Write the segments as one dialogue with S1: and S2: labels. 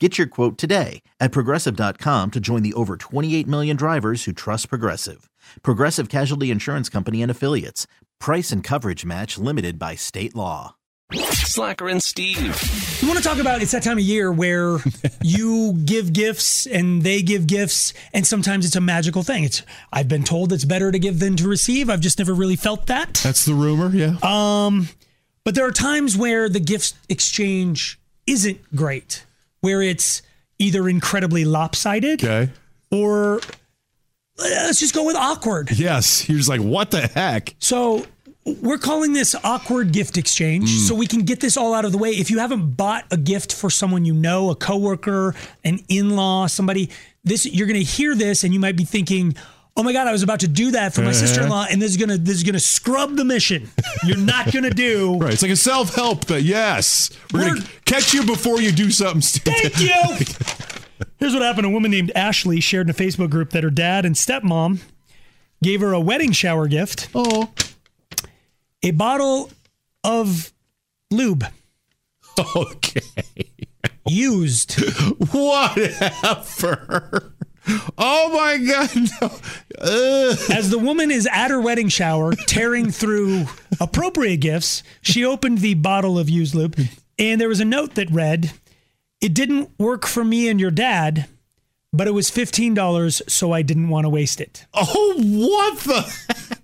S1: Get your quote today at progressive.com to join the over 28 million drivers who trust Progressive. Progressive Casualty Insurance Company and Affiliates. Price and coverage match limited by state law.
S2: Slacker and Steve.
S3: You want to talk about it's that time of year where you give gifts and they give gifts, and sometimes it's a magical thing. It's I've been told it's better to give than to receive. I've just never really felt that. Um,
S4: That's the rumor, yeah.
S3: But there are times where the gift exchange isn't great, where it's either incredibly lopsided
S4: okay.
S3: or Uh, let's just go with awkward.
S4: Yes. You're just like, what the heck?
S3: So we're calling this awkward gift exchange
S4: Mm.
S3: so we can get this all out of the way. If you haven't bought a gift for someone you know, a coworker, an in-law, somebody, this you're going to hear this and you might be thinking, "Oh my god, I was about to do that for my
S4: Uh-huh.
S3: sister-in-law and this is going to this is going to scrub the mission. You're not going to do."
S4: Right. It's like a self help that, yes, we're, going
S3: We're-
S4: to catch you before you do something stupid.
S3: Thank you. Here's what happened. A woman named Ashley shared in a Facebook group that her dad and stepmom gave her a wedding shower gift,
S4: Oh,
S3: a bottle of lube
S4: okay.
S3: used.
S4: Whatever. Oh, my God. No. Ugh.
S3: As the woman is at her wedding shower, tearing through appropriate gifts, she opened the bottle of used lube, and there was a note that read, "It didn't work for me and your dad, but it was fifteen dollars, so I didn't want to waste it."
S4: Oh, what the heck?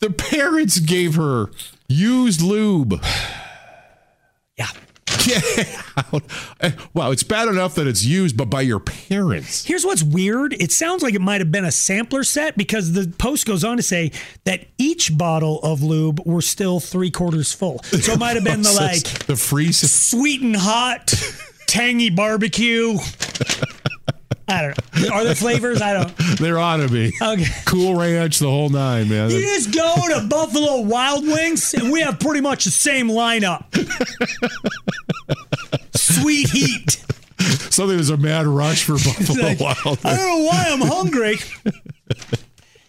S4: The parents gave her used lube.
S3: Yeah.
S4: Get out. Eh, Wow, it's bad enough that it's used, but by your parents.
S3: Here's what's weird. It sounds like it might have been a sampler set because the post goes on to say that each bottle of lube were still three quarters full. So it might have been the like
S4: the freeze.
S3: sweet and hot, tangy barbecue. I don't know. Are there flavors? I don't.
S4: There ought to be.
S3: Okay.
S4: Cool ranch, the whole nine, man.
S3: You just go to Buffalo Wild Wings, and we have pretty much the same lineup. Sweet heat.
S4: Something was a mad rush for Buffalo
S3: Like,
S4: Wild.
S3: I
S4: Wings.
S3: don't know why I'm hungry.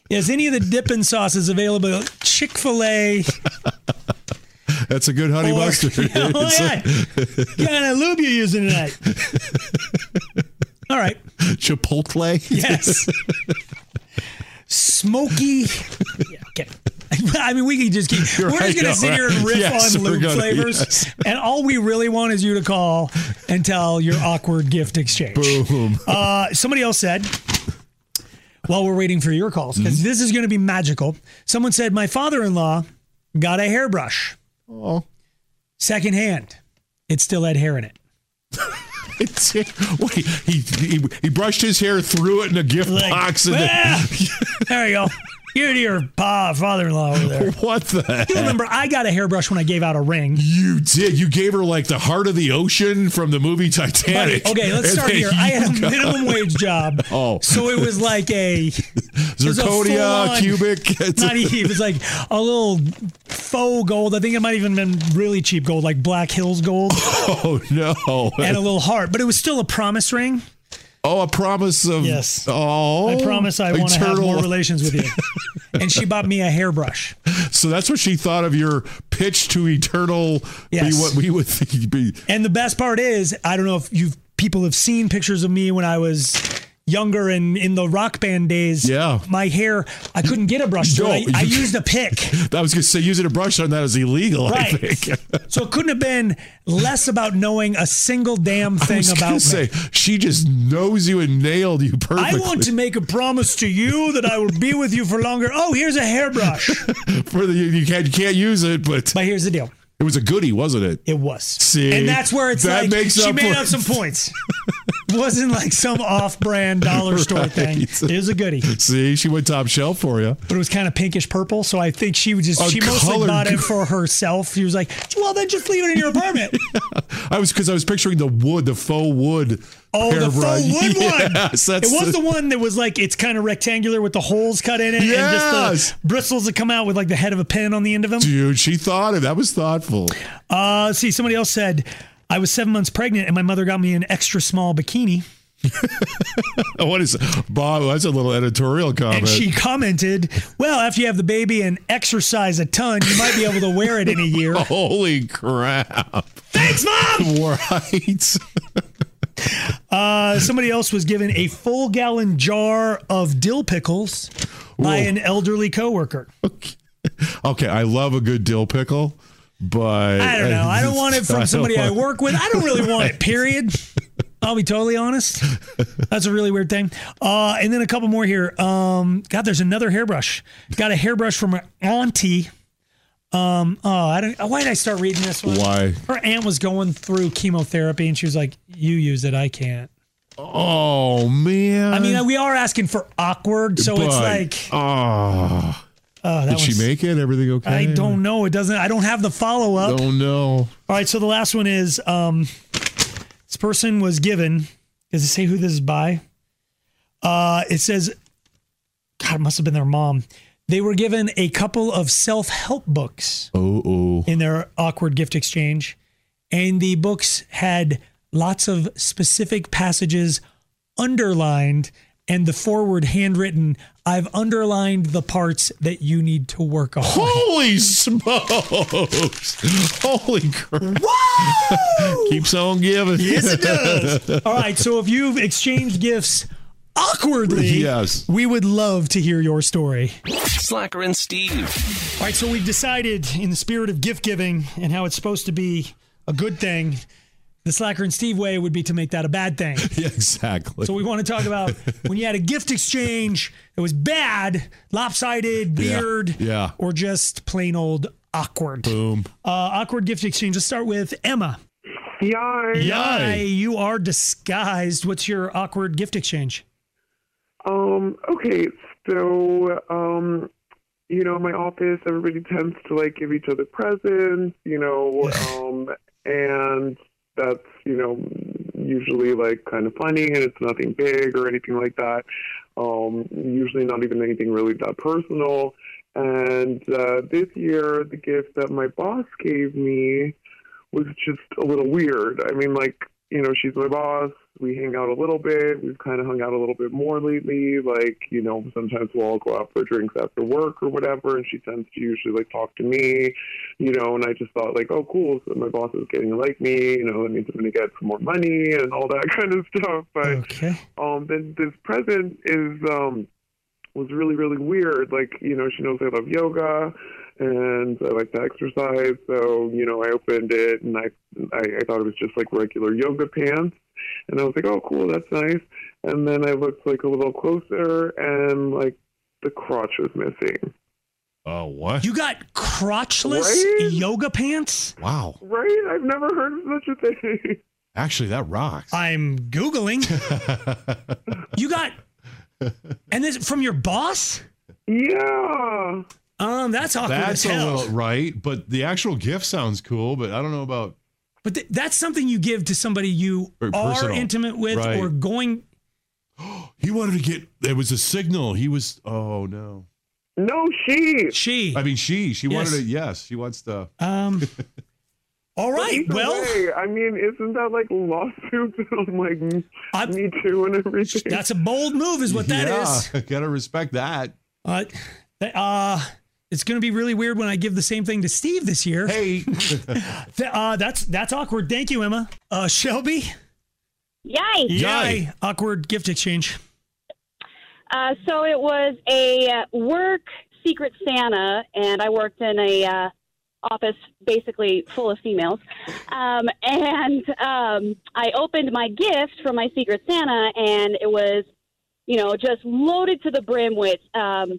S3: Is any of the dipping sauces available? Chick fil A.
S4: That's a good honey
S3: Or-
S4: mustard.
S3: Yeah, oh
S4: It's
S3: my
S4: like
S3: God. What kind of lube you using tonight? All right.
S4: Chipotle.
S3: Yes. Smoky. Yeah, okay. I mean, we can just keep.
S4: You're
S3: we're just
S4: right,
S3: going to
S4: no,
S3: sit here and
S4: right.
S3: riff
S4: Yes,
S3: on
S4: we're
S3: lube
S4: gonna-
S3: flavors,
S4: yes.
S3: and all we really want is you to call and tell your awkward gift exchange.
S4: Boom.
S3: Uh, somebody else said, while we're waiting for your calls, because
S4: Mm-hmm.
S3: this is going to be magical. Someone said, My father in law got a hairbrush.
S4: Oh.
S3: Secondhand. It still had hair in it.
S4: It's- Wait, he, he he brushed his hair, threw it in a gift
S3: Like,
S4: box, and then-
S3: "Ah!" there you go. Here to your pa, father in law over there.
S4: what the?
S3: You
S4: Heck?
S3: remember I got a hairbrush when I gave out a ring.
S4: You did. You gave her like the heart of the ocean from the movie
S3: Buddy,
S4: Titanic.
S3: okay, let's
S4: And
S3: start
S4: then
S3: here. I had
S4: you
S3: a
S4: got
S3: minimum wage job.
S4: Oh.
S3: So it was like a was a
S4: zirconia,
S3: full-on-
S4: cubic. It's
S3: not even it was like a little faux gold. I think it might even been really cheap gold, like Black Hills gold
S4: oh no!
S3: and a little heart. But it was still a promise ring.
S4: Oh, a promise of
S3: Yes.
S4: Oh,
S3: I promise I want to have
S4: eternal-
S3: more relations with you. and she bought me a hairbrush.
S4: So that's what she thought of your pitch to eternal.
S3: Yes.
S4: Be what we would think be.
S3: And the best part is, I don't know if you've people have seen pictures of me when I was younger and in the rock band days,
S4: Yeah.
S3: my hair, I couldn't get a brush. So
S4: No,
S3: I, I
S4: you-
S3: used a pick.
S4: I was going to say using a brush on that is illegal. I
S3: Right.
S4: think.
S3: So it couldn't have been less about knowing a single damn
S4: I
S3: thing
S4: was
S3: about
S4: gonna
S3: me.
S4: say she just knows you and nailed you
S3: I
S4: perfectly.
S3: want to make a promise to you that I will be with you for longer. Oh, here's a hairbrush.
S4: for the you can't, you can't use it, but
S3: But here's the deal.
S4: it was a goodie, wasn't it?
S3: It was.
S4: See?
S3: and that's where it's
S4: That
S3: like
S4: makes
S3: she
S4: up
S3: made
S4: for-
S3: up some points. Wasn't like some off-brand dollar store thing.
S4: Right.
S3: It was a goodie,
S4: See, she went top shelf for you.
S3: but it was kind of pinkish purple. So I think she would just
S4: A
S3: she mostly
S4: colored
S3: bought it
S4: goo-
S3: for herself. She was like, "Well, then just leave it in your apartment."
S4: I was because I was picturing the wood, the faux wood.
S3: Oh, the
S4: pair
S3: faux
S4: brush.
S3: wood one.
S4: Yes, that's
S3: it was the one that was like it's kind of rectangular with the holes cut in it and
S4: Yes.
S3: just the bristles that come out with like the head of a pin on the end of them.
S4: dude. She thought it. That was thoughtful.
S3: Uh, see, somebody else said I was seven months pregnant and my mother got me an extra small bikini.
S4: What is Bob? That's a little editorial comment.
S3: And she commented, Well, after you have the baby and exercise a ton, you might be able to wear it in a year.
S4: Holy crap!
S3: Thanks, Mom!
S4: Right.
S3: Uh, somebody else was given a full gallon jar of dill pickles by
S4: Whoa.
S3: an elderly coworker.
S4: Okay, I love a good dill pickle, but
S3: I don't know. I don't want it from
S4: don't
S3: somebody I
S4: want-
S3: work with. I don't really want it, period. I'll be totally honest. That's a really weird thing. Uh, and then a couple more here. Um, God, there's another hairbrush. Got a hairbrush from her auntie. Um, oh, I don't. Why did I start reading this one?
S4: Why?
S3: Her aunt was going through chemotherapy, and she was like, "You use it, I can't."
S4: Oh man.
S3: I mean, we are asking for awkward, so it's like,
S4: oh,
S3: oh, that
S4: did she
S3: one's-
S4: make it? Everything okay?
S3: I don't know. It doesn't. I don't have the follow up.
S4: Don't know.
S3: All right, so the last one is um, this person was given. Does it say who this is by? Uh, it says, God, it must have been their mom. They were given a couple of self help books
S4: Oh oh.
S3: in their awkward gift exchange, and the books had lots of specific passages underlined and the forward handwritten. I've underlined the parts that you need to work on.
S4: Holy smokes! Holy crap! Keeps on giving.
S3: Yes, it does. All right. So if you've exchanged gifts awkwardly,
S4: Yes.
S3: we would love to hear your story.
S2: Slacker and Steve.
S3: All right. So we've decided, in the spirit of gift giving and how it's supposed to be a good thing, the Slacker and Steve way would be to make that a bad thing.
S4: Yeah, exactly.
S3: So we want to talk about when you had a gift exchange that was bad, lopsided,
S4: Yeah,
S3: weird,
S4: yeah.
S3: or just plain old awkward.
S4: Boom.
S3: Uh, awkward gift exchange. Let's start with Emma.
S5: Yarn.
S3: Hi, you are disguised. What's your awkward gift exchange?
S5: Um, okay, so, um, you know, my office, everybody tends to like give each other presents, you know, um, and that's, you know, usually like kind of funny and it's nothing big or anything like that. Um, usually not even anything really that personal. And uh, this year, the gift that my boss gave me was just a little weird. I mean, like, you know, she's my boss. We hang out a little bit. We've kind of hung out a little bit more lately. Like, you know, sometimes we'll all go out for drinks after work or whatever, and she tends to usually like talk to me, you know. And I just thought, like, oh, cool. So my boss is getting to like me. You know, that means I'm going to get some more money and all that kind of stuff. But
S3: Okay.
S5: um then this present is um was really really weird like you know she knows i love yoga and i like to exercise so you know i opened it and i i, I thought it was just like regular yoga pants and i was like oh cool that's nice and then i looked like a little closer and like the crotch was missing
S4: Oh what?
S3: You got crotchless
S5: Right?
S3: yoga pants?
S4: wow.
S5: right i've never heard of such a thing
S4: Actually, that rocks.
S3: I'm Googling. you got and this from your boss?
S5: yeah
S3: Um, that's awkward as
S4: That's a
S3: hell.
S4: little right, but the actual gift sounds cool. But I don't know about
S3: but th- that's something you give to somebody you
S4: Very
S3: are
S4: personal.
S3: intimate with
S4: Right.
S3: or going.
S4: He wanted to get. It was a signal. He was. Oh no.
S5: no she
S3: She.
S4: I mean, she. She
S3: Yes.
S4: wanted to. Yes, she wants to.
S3: Um. All right.
S5: Either
S3: Well,
S5: way, I mean, isn't that like lawsuits and like
S3: I-
S5: me too and everything?
S3: that's a bold move, is what that is.
S4: Gotta respect that.
S3: Uh, th- uh, it's going to be really weird when I give the same thing to Steve this year.
S4: Hey.
S3: Th- uh, that's that's awkward. Thank you, Emma. Uh, Shelby.
S6: Yay!
S4: Yay.
S3: Awkward gift exchange.
S6: Uh, so it was a uh, work Secret Santa, and I worked in a uh, office basically full of females. Um, and um, I opened my gift from my Secret Santa, and it was, you know, just loaded to the brim with um,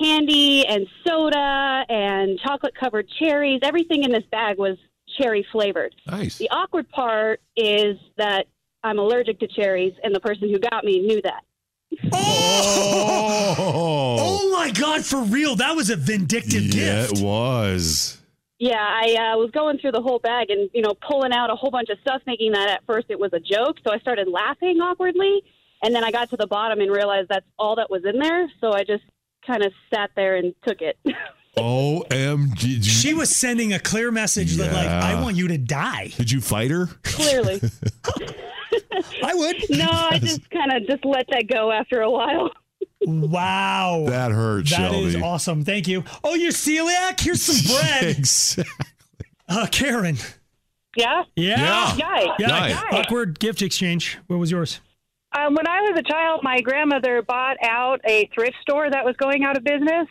S6: candy and soda and chocolate covered cherries. Everything in this bag was cherry flavored.
S4: Nice.
S6: The awkward part is that I'm allergic to cherries, and the person who got me knew that.
S4: Oh,
S3: Oh my God, for real. That was a vindictive
S4: yeah,
S3: gift.
S4: it was.
S6: Yeah, I uh, was going through the whole bag and you know pulling out a whole bunch of stuff, thinking that at first it was a joke. So I started laughing awkwardly, and then I got to the bottom and realized that's all that was in there. So I just kind of sat there and took it.
S4: OMG. Did you,
S3: She was sending a clear message that, like,
S4: Yeah.
S3: I want you to die.
S4: did you fight her?
S6: Clearly,
S3: I would.
S6: no, I just kind of just let that go after a while.
S3: Wow.
S4: That hurt,
S3: That
S4: Shelby.
S3: is awesome. Thank you. Oh, you're celiac? Here's some bread.
S4: Exactly.
S3: Uh, Karen.
S7: Yeah.
S3: Yeah.
S7: Yikes.
S3: Yeah.
S4: Nice.
S3: Awkward gift exchange. What was yours?
S7: Um, when I was a child, my grandmother bought out a thrift store that was going out of business,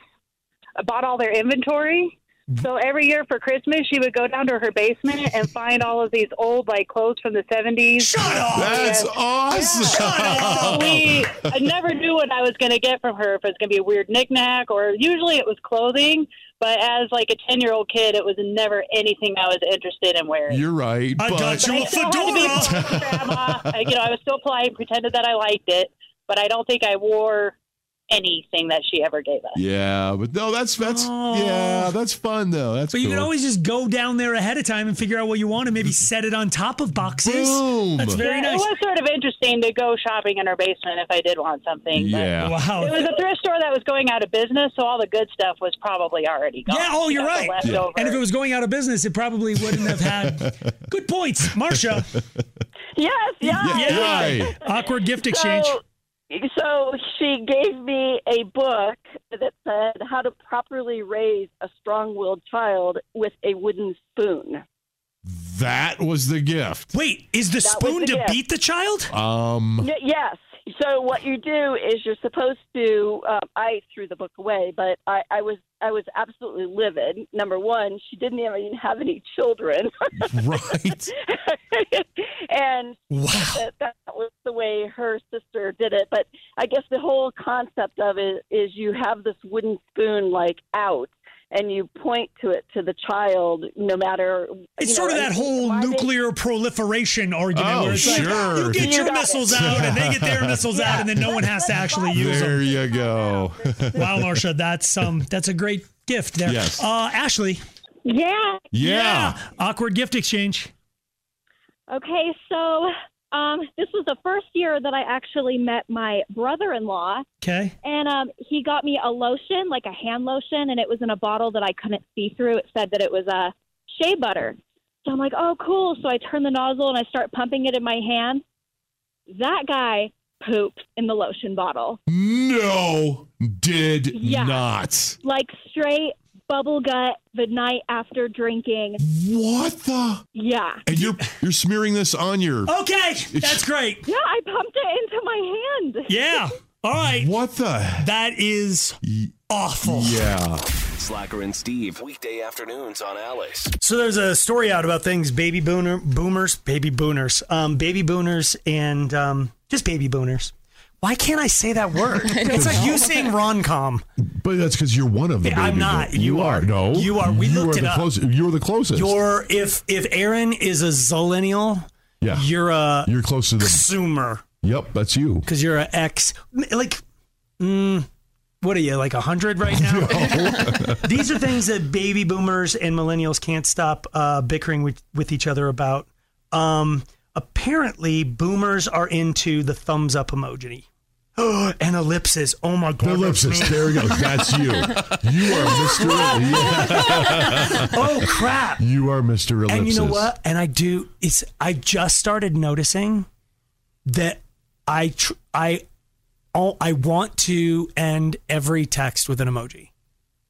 S7: uh, bought all their inventory.
S4: Mm-hmm.
S7: So every year for Christmas, she would go down to her basement and find all of these old like clothes from the 70s.
S3: Shut up.
S4: That's
S7: Yeah.
S4: awesome.
S7: So we, I never knew what I was going to get from her. If it was going to be a weird knickknack, or usually it was clothing. But as like a ten-year-old kid, it was never anything I was interested in wearing.
S4: You're right.
S3: I
S4: but
S3: got you a
S7: I had to be
S3: fedora.
S7: polite, Grandma. I, you know, I was so polite, pretended that I liked it, but I don't think I wore anything that she ever gave us.
S4: Yeah, but no, that's that's
S3: Oh.
S4: yeah, that's fun though. That's
S3: But you
S4: cool.
S3: can always just go down there ahead of time and figure out what you want and maybe set it on top of boxes.
S4: boom.
S3: That's very
S7: Yeah, It
S3: nice.
S7: was sort of interesting to go shopping in her basement if I did want something. but-
S4: yeah.
S3: Wow.
S7: It was a thrift store that was going out of business, so all the good stuff was probably already gone.
S3: Yeah, oh, you're
S7: The
S3: right.
S7: leftover.
S3: And if it was going out of business, it probably wouldn't have had good points. Marsha,
S8: Yes, yes.
S3: Yeah.
S4: Right.
S3: awkward gift exchange.
S8: so she gave me a book that said how to properly raise a strong-willed child with a wooden spoon.
S4: That was the gift.
S3: Wait, is the
S8: was
S3: spoon
S8: the
S3: to
S8: gift.
S3: beat the child? Mm.
S4: Um
S8: Y- yes. So what you do is you're supposed to. Uh, I threw the book away, but I, I was I was absolutely livid. Number one, she didn't even have any children,
S4: right.
S8: and
S3: Wow.
S8: that, that was the way her sister did it. But I guess the whole concept of it is you have this wooden spoon like out. And you point to it to the child, no matter.
S3: It's
S8: you
S3: sort of
S8: know, and
S3: that whole
S8: why they-
S3: nuclear proliferation argument
S4: Oh,
S3: where it's
S4: sure.
S3: like, you get
S8: You
S3: your
S8: got it.
S3: missiles out and they get their missiles out, and then no one has to actually use them.
S4: There you go.
S3: Wow, Marsha, that's um, that's a great gift there.
S4: Yes.
S3: Uh, Ashley.
S6: Yeah.
S4: yeah.
S3: Awkward gift exchange.
S6: Okay, so um, this was the first year that I actually met my brother-in-law,
S3: Okay.
S6: and um, he got me a lotion, like a hand lotion, and it was in a bottle that I couldn't see through. It said that it was uh, shea butter. So I'm like, oh, cool. So I turn the nozzle and I start pumping it in my hand. That guy pooped in the lotion bottle,
S4: No did
S6: Yeah.
S4: not.
S6: like straight bubble gut the night after drinking.
S4: What the
S6: Yeah.
S4: And you're you're smearing this on your
S3: Okay, that's great.
S8: Yeah, I pumped it into my hand.
S3: Yeah. All right.
S4: What the
S3: That is awful.
S4: Yeah.
S2: Slacker and Steve, weekday afternoons on Alice.
S3: So there's a story out about things baby boomer, boomers, baby boomers, um, baby boomers, and um, just baby boomers. Why can't I say that word? it's like you saying rom com.
S4: But that's because you're one of the.
S3: I'm
S4: baby
S3: not.
S4: boom-
S3: You
S4: You
S3: are.
S4: are. No.
S3: You are. We
S4: you
S3: looked
S4: are
S3: it
S4: the
S3: up.
S4: Closest. You're the closest.
S3: You're if if Aaron is a zillennial,
S4: yeah. You're,
S3: you're a
S4: close to the.
S3: consumer
S4: Yep. That's you.
S3: because you're an ex. Like, mm, what are you like hundred right now? These are things that baby boomers and millennials can't stop uh, bickering with, with each other about. Um, apparently, boomers are into the thumbs up emoji. and ellipses. Oh my god.
S4: The ellipsis. There we go. That's you. You are Mr. Yeah.
S3: Oh crap.
S4: You are Mr. Ellipsis.
S3: And you know what? And I do. It's I just started noticing that I tr- I all I want to end every text with an emoji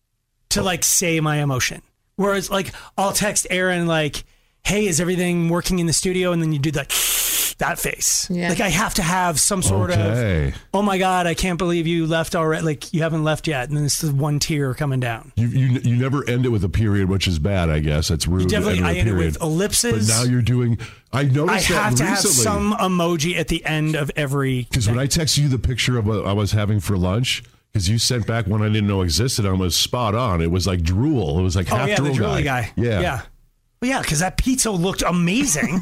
S4: Oh.
S3: to like say my emotion. Whereas like I'll text Aaron like, "Hey, is everything working in the studio?" And then you do that that face.
S9: Yeah.
S3: Like I have to have some sort of
S4: okay.
S3: oh my god, I can't believe you left already. Like you haven't left yet, and then this is one tear coming down.
S4: You, you you never end it with a period, which is bad, I guess. That's rude.
S3: You
S4: to
S3: definitely,
S4: end
S3: I
S4: with a
S3: end it
S4: period.
S3: with ellipses.
S4: But now you're doing. I noticed
S3: I
S4: that
S3: have to have
S4: recently.
S3: some emoji at the end of every.
S4: Because when I texted you the picture of what I was having for lunch, because you sent back one I didn't know existed, I was spot on. It was like drool. It was like
S3: Oh
S4: half
S3: yeah, the
S4: drool
S3: drooly guy.
S4: Yeah.
S3: yeah, well, yeah, because that pizza looked amazing.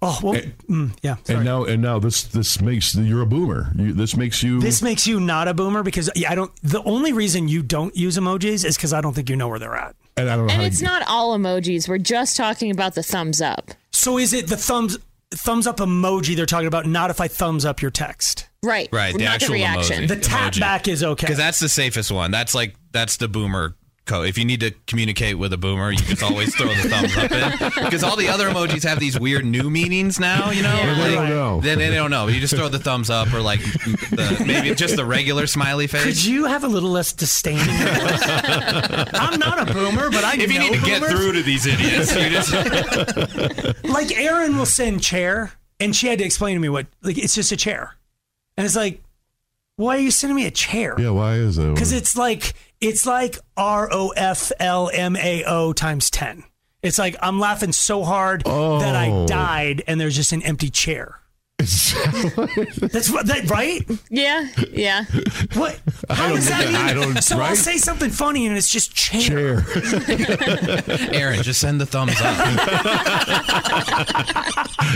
S3: oh well, mm, yeah. Sorry.
S4: And now and now this this makes you're a boomer. You, this makes you.
S3: This makes you not a boomer because yeah, I don't. The only reason you don't use emojis is because I don't think you know where they're at.
S4: and I don't know
S9: And
S3: Oh,
S4: how
S9: it's
S4: to,
S9: not all emojis. We're just talking about the thumbs up.
S3: So is it the thumbs thumbs up emoji they're talking about? Not if I thumbs up your text.
S9: Right.
S10: Right, the
S9: Not
S10: actual
S9: the reaction.
S10: emoji.
S3: The tap
S10: Emoji.
S3: back is okay.
S10: Because that's the safest one. That's like that's the boomer code. If you need to communicate with a boomer, you just always throw the thumbs up in. Because all the other emojis have these weird new meanings now. You know,
S9: Yeah. They
S10: Like,
S4: don't know.
S10: They, they don't know. You just throw the thumbs up or like the, maybe just the regular smiley
S3: Could
S10: face.
S3: you have a little less disdain? in your voice? I'm not a boomer, but I
S10: if you
S3: know
S10: need to get
S3: boomers.
S10: through to these idiots, you just
S3: like Erin will send chair, and she had to explain to me what like it's just a chair, and it's like, why are you sending me a chair?
S4: yeah. Why is it?
S3: Because it's like it's like R O F L M A O times ten. It's like I'm laughing so hard that I
S4: Oh.
S3: died, and there's just an empty chair. That's what that right?
S9: Yeah. Yeah.
S3: What? How
S4: don't
S3: does that
S4: get
S3: mean?
S4: that. I don't-
S3: so I'll
S4: right?
S3: say something funny, and it's just chair. Oh
S4: chair.
S10: Aaron, just send the thumbs up.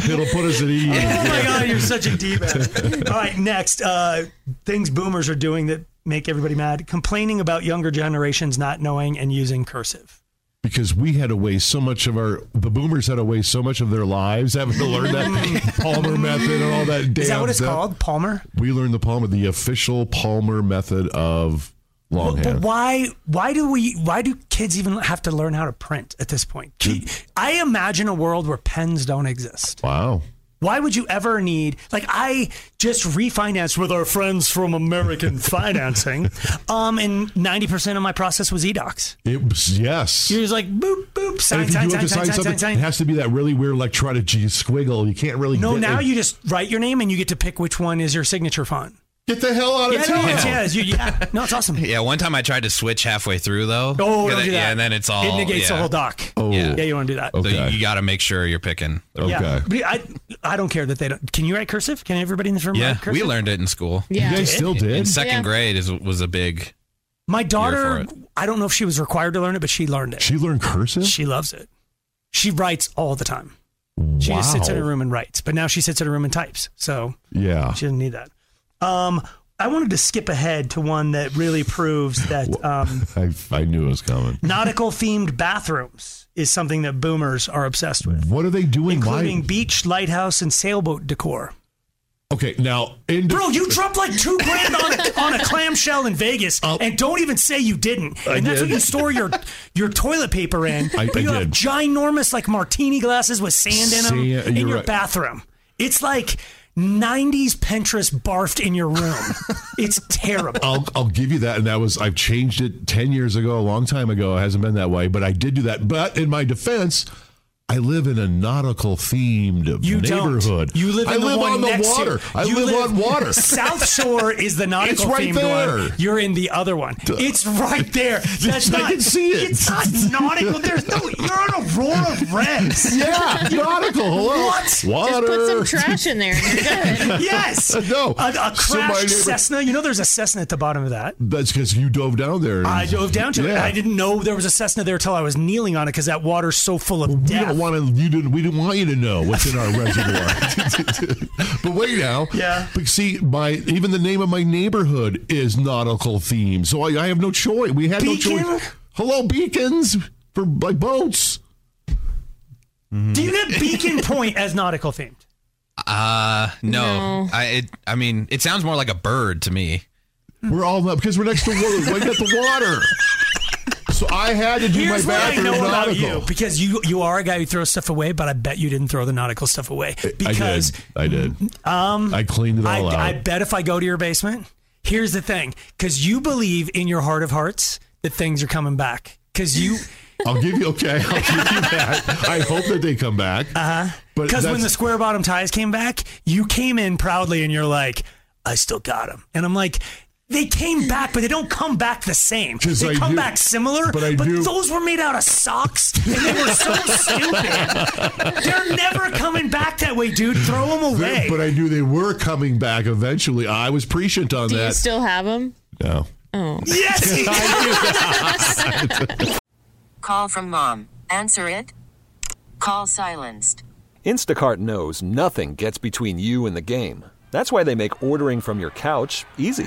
S4: It'll put us at ease.
S3: Oh my god, you're such a d-bag. All right, next uh, things boomers are doing that make everybody mad: complaining about younger generations not knowing and using cursive.
S4: because we had to waste so much of our the boomers had to waste so much of their lives having to learn that Palmer method and all that damn
S3: Is that what it's
S4: stuff.
S3: called, Palmer?
S4: We learned the Palmer, the official Palmer method of
S3: But,
S4: longhand.
S3: but why? Why do we? Why do kids even have to learn how to print at this point? Ki- I imagine a world where pens don't exist.
S4: wow.
S3: Why would you ever need? Like, I just refinanced with our friends from American Financing, um, and ninety percent of my process was edocs.
S4: It was yes.
S3: You're just like boop boop
S4: And
S3: sign
S4: if you
S3: sign
S4: do
S3: sign
S4: have
S3: sign
S4: to sign
S3: sign
S4: something,
S3: sign sign.
S4: it has to be that really weird like try to G squiggle. You can't really
S3: No,
S4: get,
S3: now
S4: it.
S3: you just write your name and you get to pick which one is your signature font.
S4: get the hell out
S3: Yeah,
S4: of
S3: no,
S4: town.
S3: it's, yeah, it's- you- yeah. No, it's awesome.
S10: yeah, one time I tried to switch halfway through though.
S3: Oh,
S10: Yeah,
S3: don't do that.
S10: Yeah, and then it's all
S3: It negates
S10: yeah.
S3: the whole doc.
S4: Oh,
S10: Yeah.
S3: Yeah, you want to do that.
S10: So
S4: Okay.
S10: you, got to make sure you're picking.
S4: okay.
S3: Yeah, but I I don't care that they don't. Can you write cursive? Can everybody in the firm
S10: Yeah, we
S3: write cursive?
S10: learned it in school.
S4: You
S9: Yeah.
S4: guys still
S10: In
S4: did?
S10: second
S9: Yeah.
S10: grade is was a big.
S3: My
S10: Here
S3: daughter,
S10: for
S3: I don't know if she was required to learn it, but she learned it.
S4: She learned cursive?
S3: She loves it. She writes all the time.
S4: wow.
S3: She just sits in her room and writes, but now she sits in her room and types. So
S4: Yeah.
S3: she doesn't need that. Um, I wanted to skip ahead to one that really proves that um,
S4: I, I knew it was coming.
S3: nautical themed bathrooms is something that boomers are obsessed with.
S4: What are they doing?
S3: including
S4: Why?
S3: beach, lighthouse, and sailboat decor.
S4: Okay, now in
S3: Bro, you dropped like two grand on a, on a clamshell in Vegas, and don't even say you didn't. And that's what
S4: Uh, did.
S3: you store your your toilet paper in.
S4: I-
S3: but
S4: I
S3: you have
S4: did.
S3: ginormous like martini glasses with sand in them in
S4: Sand- you're
S3: your
S4: right.
S3: bathroom. It's like. 90s Pinterest barfed in your room. It's terrible.
S4: I'll I'll give you that, and that was I've changed it ten years ago, a long time ago. It hasn't been that way, but I did do that. But in my defense, I live in a nautical themed
S3: You don't.
S4: neighborhood.
S3: You live in
S4: I
S3: the
S4: live
S3: one
S4: on the
S3: next to-
S4: water. I
S3: You
S4: live, on water.
S3: South Shore is the nautical
S4: It's right
S3: themed
S4: there.
S3: one. You're in the other one. It's right there. That's
S4: I
S3: not.
S4: can see it.
S3: It's not nautical. There's no. You're on Aurora Reds.
S4: yeah, nautical. Hello.
S3: What?
S4: Water.
S9: Just put some trash in there. And you're good.
S3: Yes.
S4: No.
S3: A, a
S4: So my neighbor-
S3: crashed Cessna. You know, there's a Cessna at the bottom of that.
S4: That's because you dove down there.
S3: I dove down to it.
S4: Yeah.
S3: I didn't know there was a Cessna there till I was kneeling on it because that water's so full of
S4: We
S3: death.
S4: don't want to. You didn't. We didn't want you to know what's in our reservoir. but wait now.
S3: Yeah.
S4: But see, my even the name of my neighborhood is nautical themed, so I, I have no choice. We had
S3: Beacon?
S4: no choice. Hello, beacons for like boats. Mm-hmm.
S3: Do you get Beacon Point as nautical themed?
S10: Uh, no, I it, I mean it sounds more like a bird to me.
S4: We're all up Oh, because we're next to water. right at the water. So I had to do
S3: Here's
S4: my
S3: what I
S4: bathroom
S3: know about
S4: nautical.
S3: you because you you are a guy who throws stuff away, but I bet you didn't throw the nautical stuff away because
S4: I did. I did. Um, I cleaned it
S3: I,
S4: all out.
S3: I bet if I go to your basement, here's the thing because you believe in your heart of hearts that things are coming back because you
S4: I'll give you okay. I'll give you that. I hope that they come back. Uh huh. But
S3: Because Uh-huh. when
S4: that's-
S3: the square bottom ties came back, you came in proudly and you're like, I still got them. And I'm like, they came back, but they don't come back the same.
S4: Just
S3: They
S4: I
S3: come
S4: do-
S3: back similar,
S4: but I do-
S3: those were made out of socks, and they were so stupid. They're never coming back that way, dude. Throw them away.
S4: But I knew they were coming back eventually. I was prescient on
S9: Do you
S4: that.
S9: still have them?
S4: no.
S9: Oh.
S3: Yes, he
S11: Call from mom. Answer it. Call silenced.
S12: Instacart knows nothing gets between you and the game. That's why they make ordering from your couch easy.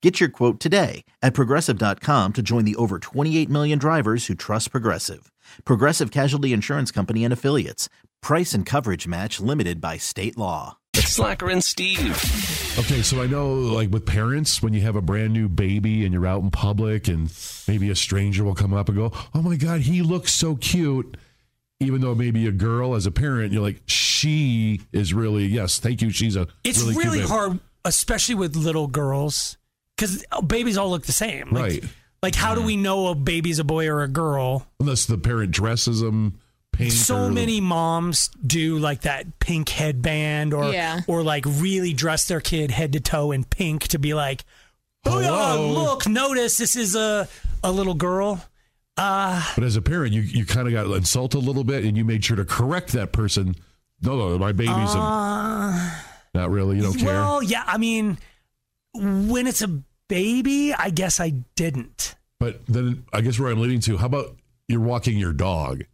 S1: Get your quote today at progressive.com to join the over 28 million drivers who trust Progressive. Progressive Casualty Insurance Company and Affiliates. Price and coverage match limited by state law.
S2: Slacker and Steve.
S4: Okay, so I know, like with parents, when you have a brand new baby and you're out in public, and maybe a stranger will come up and go, "Oh my God, he looks so cute," even though maybe a girl as a parent, you're like, "She is really yes, thank you, she's a
S3: It's
S4: really,
S3: really,
S4: cute baby."
S3: hard, especially with little girls, because babies all look the same. Like,
S4: right?
S3: Like, how do we know a baby's a boy or a girl?
S4: Unless the parent dresses them, paints.
S3: so
S4: or-
S3: many moms do like that pink headband or
S9: Yeah.
S3: or like really dress their kid head to toe in pink to be like oh yeah,
S4: Hello."
S3: look notice this is a a little girl uh
S4: But as a parent, you, you kind of got insulted a little bit, and you made sure to correct that person. No, no, my baby's a,
S3: uh,
S4: not really. You don't care.
S3: well yeah i mean when it's a baby i guess i didn't
S4: But then I guess where I'm leading to, how about you're walking your dog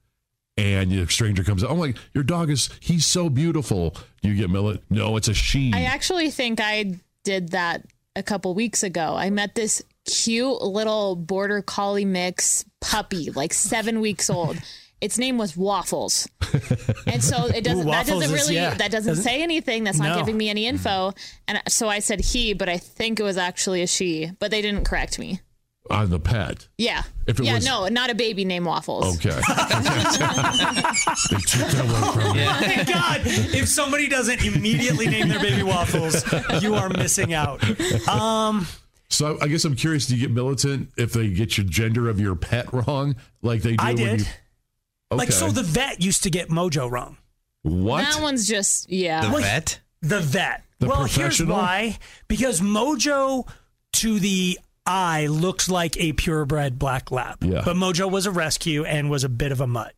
S4: and your stranger comes up? I'm like, your dog is, he's so beautiful. You get millet? No, it's a she.
S9: I actually think I did that a couple weeks ago. I met this cute little border collie mix puppy, like seven weeks old. Its name was Waffles, and so it doesn't.
S13: Ooh,
S9: that
S13: Waffles
S9: doesn't
S13: is-
S9: really.
S13: yeah.
S9: That doesn't,
S13: Doesn't-
S9: say anything. That's not
S13: No.
S9: giving me any info. And so I said he, but I think it was actually a she. But they didn't correct me.
S4: On the pet.
S9: Yeah.
S4: If it
S9: yeah.
S4: was- Oh.
S9: no, not a baby named Waffles.
S4: Okay. they took that one from me.
S3: oh my god if somebody doesn't immediately name their baby waffles you are missing out um
S4: So I, I guess I'm curious, do you get militant if they get your gender of your pet wrong? Like they do
S3: I
S4: when
S3: did.
S4: you.
S3: like so
S4: Okay.
S3: the vet used to get mojo wrong
S4: What?
S9: That one's just yeah.
S3: Well, The vet.
S4: The
S3: well, here's
S4: professional?
S3: why. Because Mojo to the eye looks like a purebred black lab.
S4: Yeah.
S3: But Mojo was a rescue and was a bit of a mutt.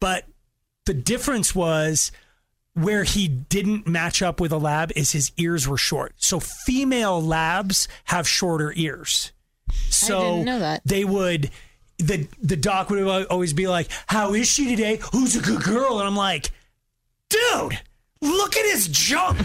S3: But the difference was where he didn't match up with a lab is his ears were short. So female labs have shorter ears. So
S9: didn't know that.
S3: they would the the doc would always be like, "How is she today? Who's a good girl?" And I'm like, "Dude, look at his junk.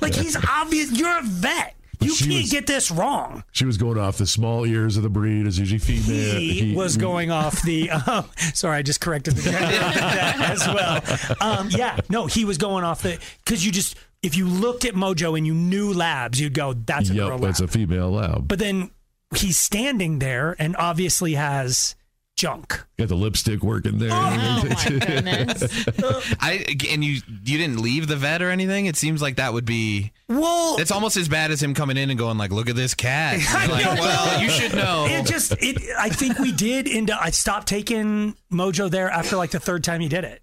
S3: like he's obvious. You're a vet. You
S4: she
S3: can't
S4: was-
S3: get this wrong."
S4: She was going off the small ears of the breed is usually female.
S3: He was going off the. Um, sorry, I just corrected the gender of that as well. Um, yeah, no, he was going off the because you just if you looked at Mojo and you knew labs, you'd go, "That's a girl
S4: Yep,
S3: lab."
S4: that's a female lab.
S3: But then he's standing there and obviously has junk.
S4: Got the lipstick working there.
S10: Oh, I and you you didn't leave the vet or anything. It seems like that would be.
S3: Well,
S10: It's almost as bad as him coming in and going like, "Look at this cat." And you're like, well, you should know.
S3: It just, it, I think we did end up, I stopped taking Mojo there after like the third time he did it.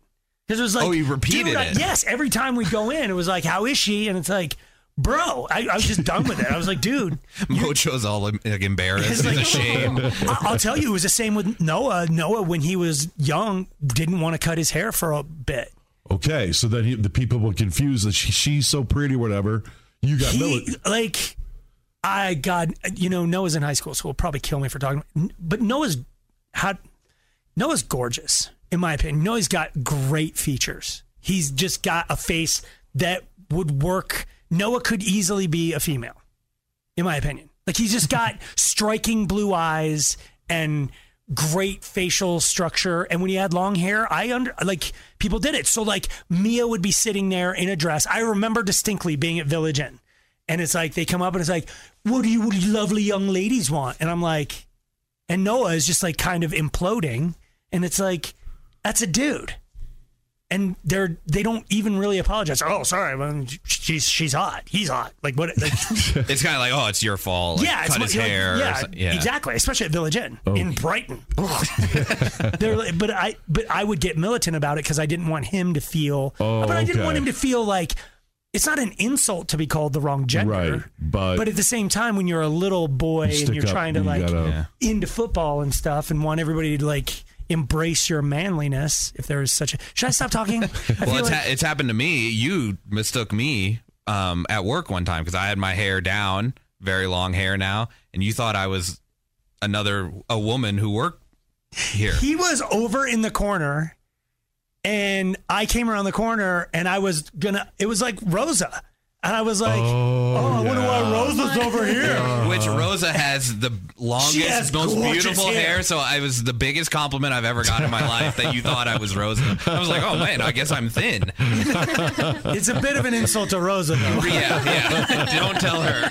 S3: Because it was like,
S10: Oh, he repeated
S3: dude, I-
S10: it.
S3: yes, every time we go in, it was like, how is she? And it's like, bro, I, I was just done with it. I was like, dude,
S10: Mojo's all like, embarrassed. He's ashamed.
S3: I- I'll tell you, it was the same with Noah. Noah, when he was young, didn't want to cut his hair for a bit.
S4: Okay, so then he, the people will confuse that she, she's so pretty, whatever. You got
S3: He, like, I, God, you know, Noah's in high school, so he'll probably kill me for talking. But Noah's had, Noah's gorgeous, in my opinion. Noah's got great features. He's just got a face that would work. Noah could easily be a female, in my opinion. Like, he's just got striking blue eyes and great facial structure. And when he had long hair, I under like people did it. So like Mia would be sitting there in a dress. I remember distinctly being at Village Inn, and it's like they come up and it's like, "What do you what do you lovely young ladies want?" And I'm like, and Noah is just like kind of imploding, and it's like, that's a dude. And they're they don't even really apologize. Oh, sorry, well, she's she's hot. He's hot. Like what? Like,
S10: It's kind of like, oh, it's your fault. Like,
S3: yeah, it's
S10: cut
S3: what-
S10: his
S3: like,
S10: hair. or
S3: yeah,
S10: something.
S3: exactly. Especially at Village Inn in Brighton. They're like- but I, but I would get militant about it because I didn't want him to feel.
S4: Oh,
S3: but I didn't
S4: okay.
S3: want him to feel like it's not an insult to be called the wrong gender.
S4: Right, but-
S3: at the same time, when you're a little boy
S4: You
S3: and you're
S4: stick up,
S3: trying to
S4: you
S3: like
S4: gotta- Yeah.
S3: into football and stuff and want everybody to like embrace your manliness, if there is such a, should I stop talking? I
S10: Well,
S3: feel
S10: it's,
S3: like-
S10: ha- it's happened to me. You mistook me um, at work one time because I had my hair down, very long hair now, and you thought I was another a woman who worked here.
S3: He was over in the corner, and I came around the corner, and I was gonna. It was like Rosa, and I was like, "Oh, I wonder why Rosa's over here."
S10: Oh Uh-huh. Which Rosa has the longest,
S3: She has
S10: most
S3: gorgeous
S10: beautiful
S3: hair.
S10: hair. So I was the biggest compliment I've ever got in my life that you thought I was Rosa. I was like, oh man, I guess I'm thin.
S3: It's a bit of an insult to Rosa, though.
S10: Yeah, yeah. Don't tell her.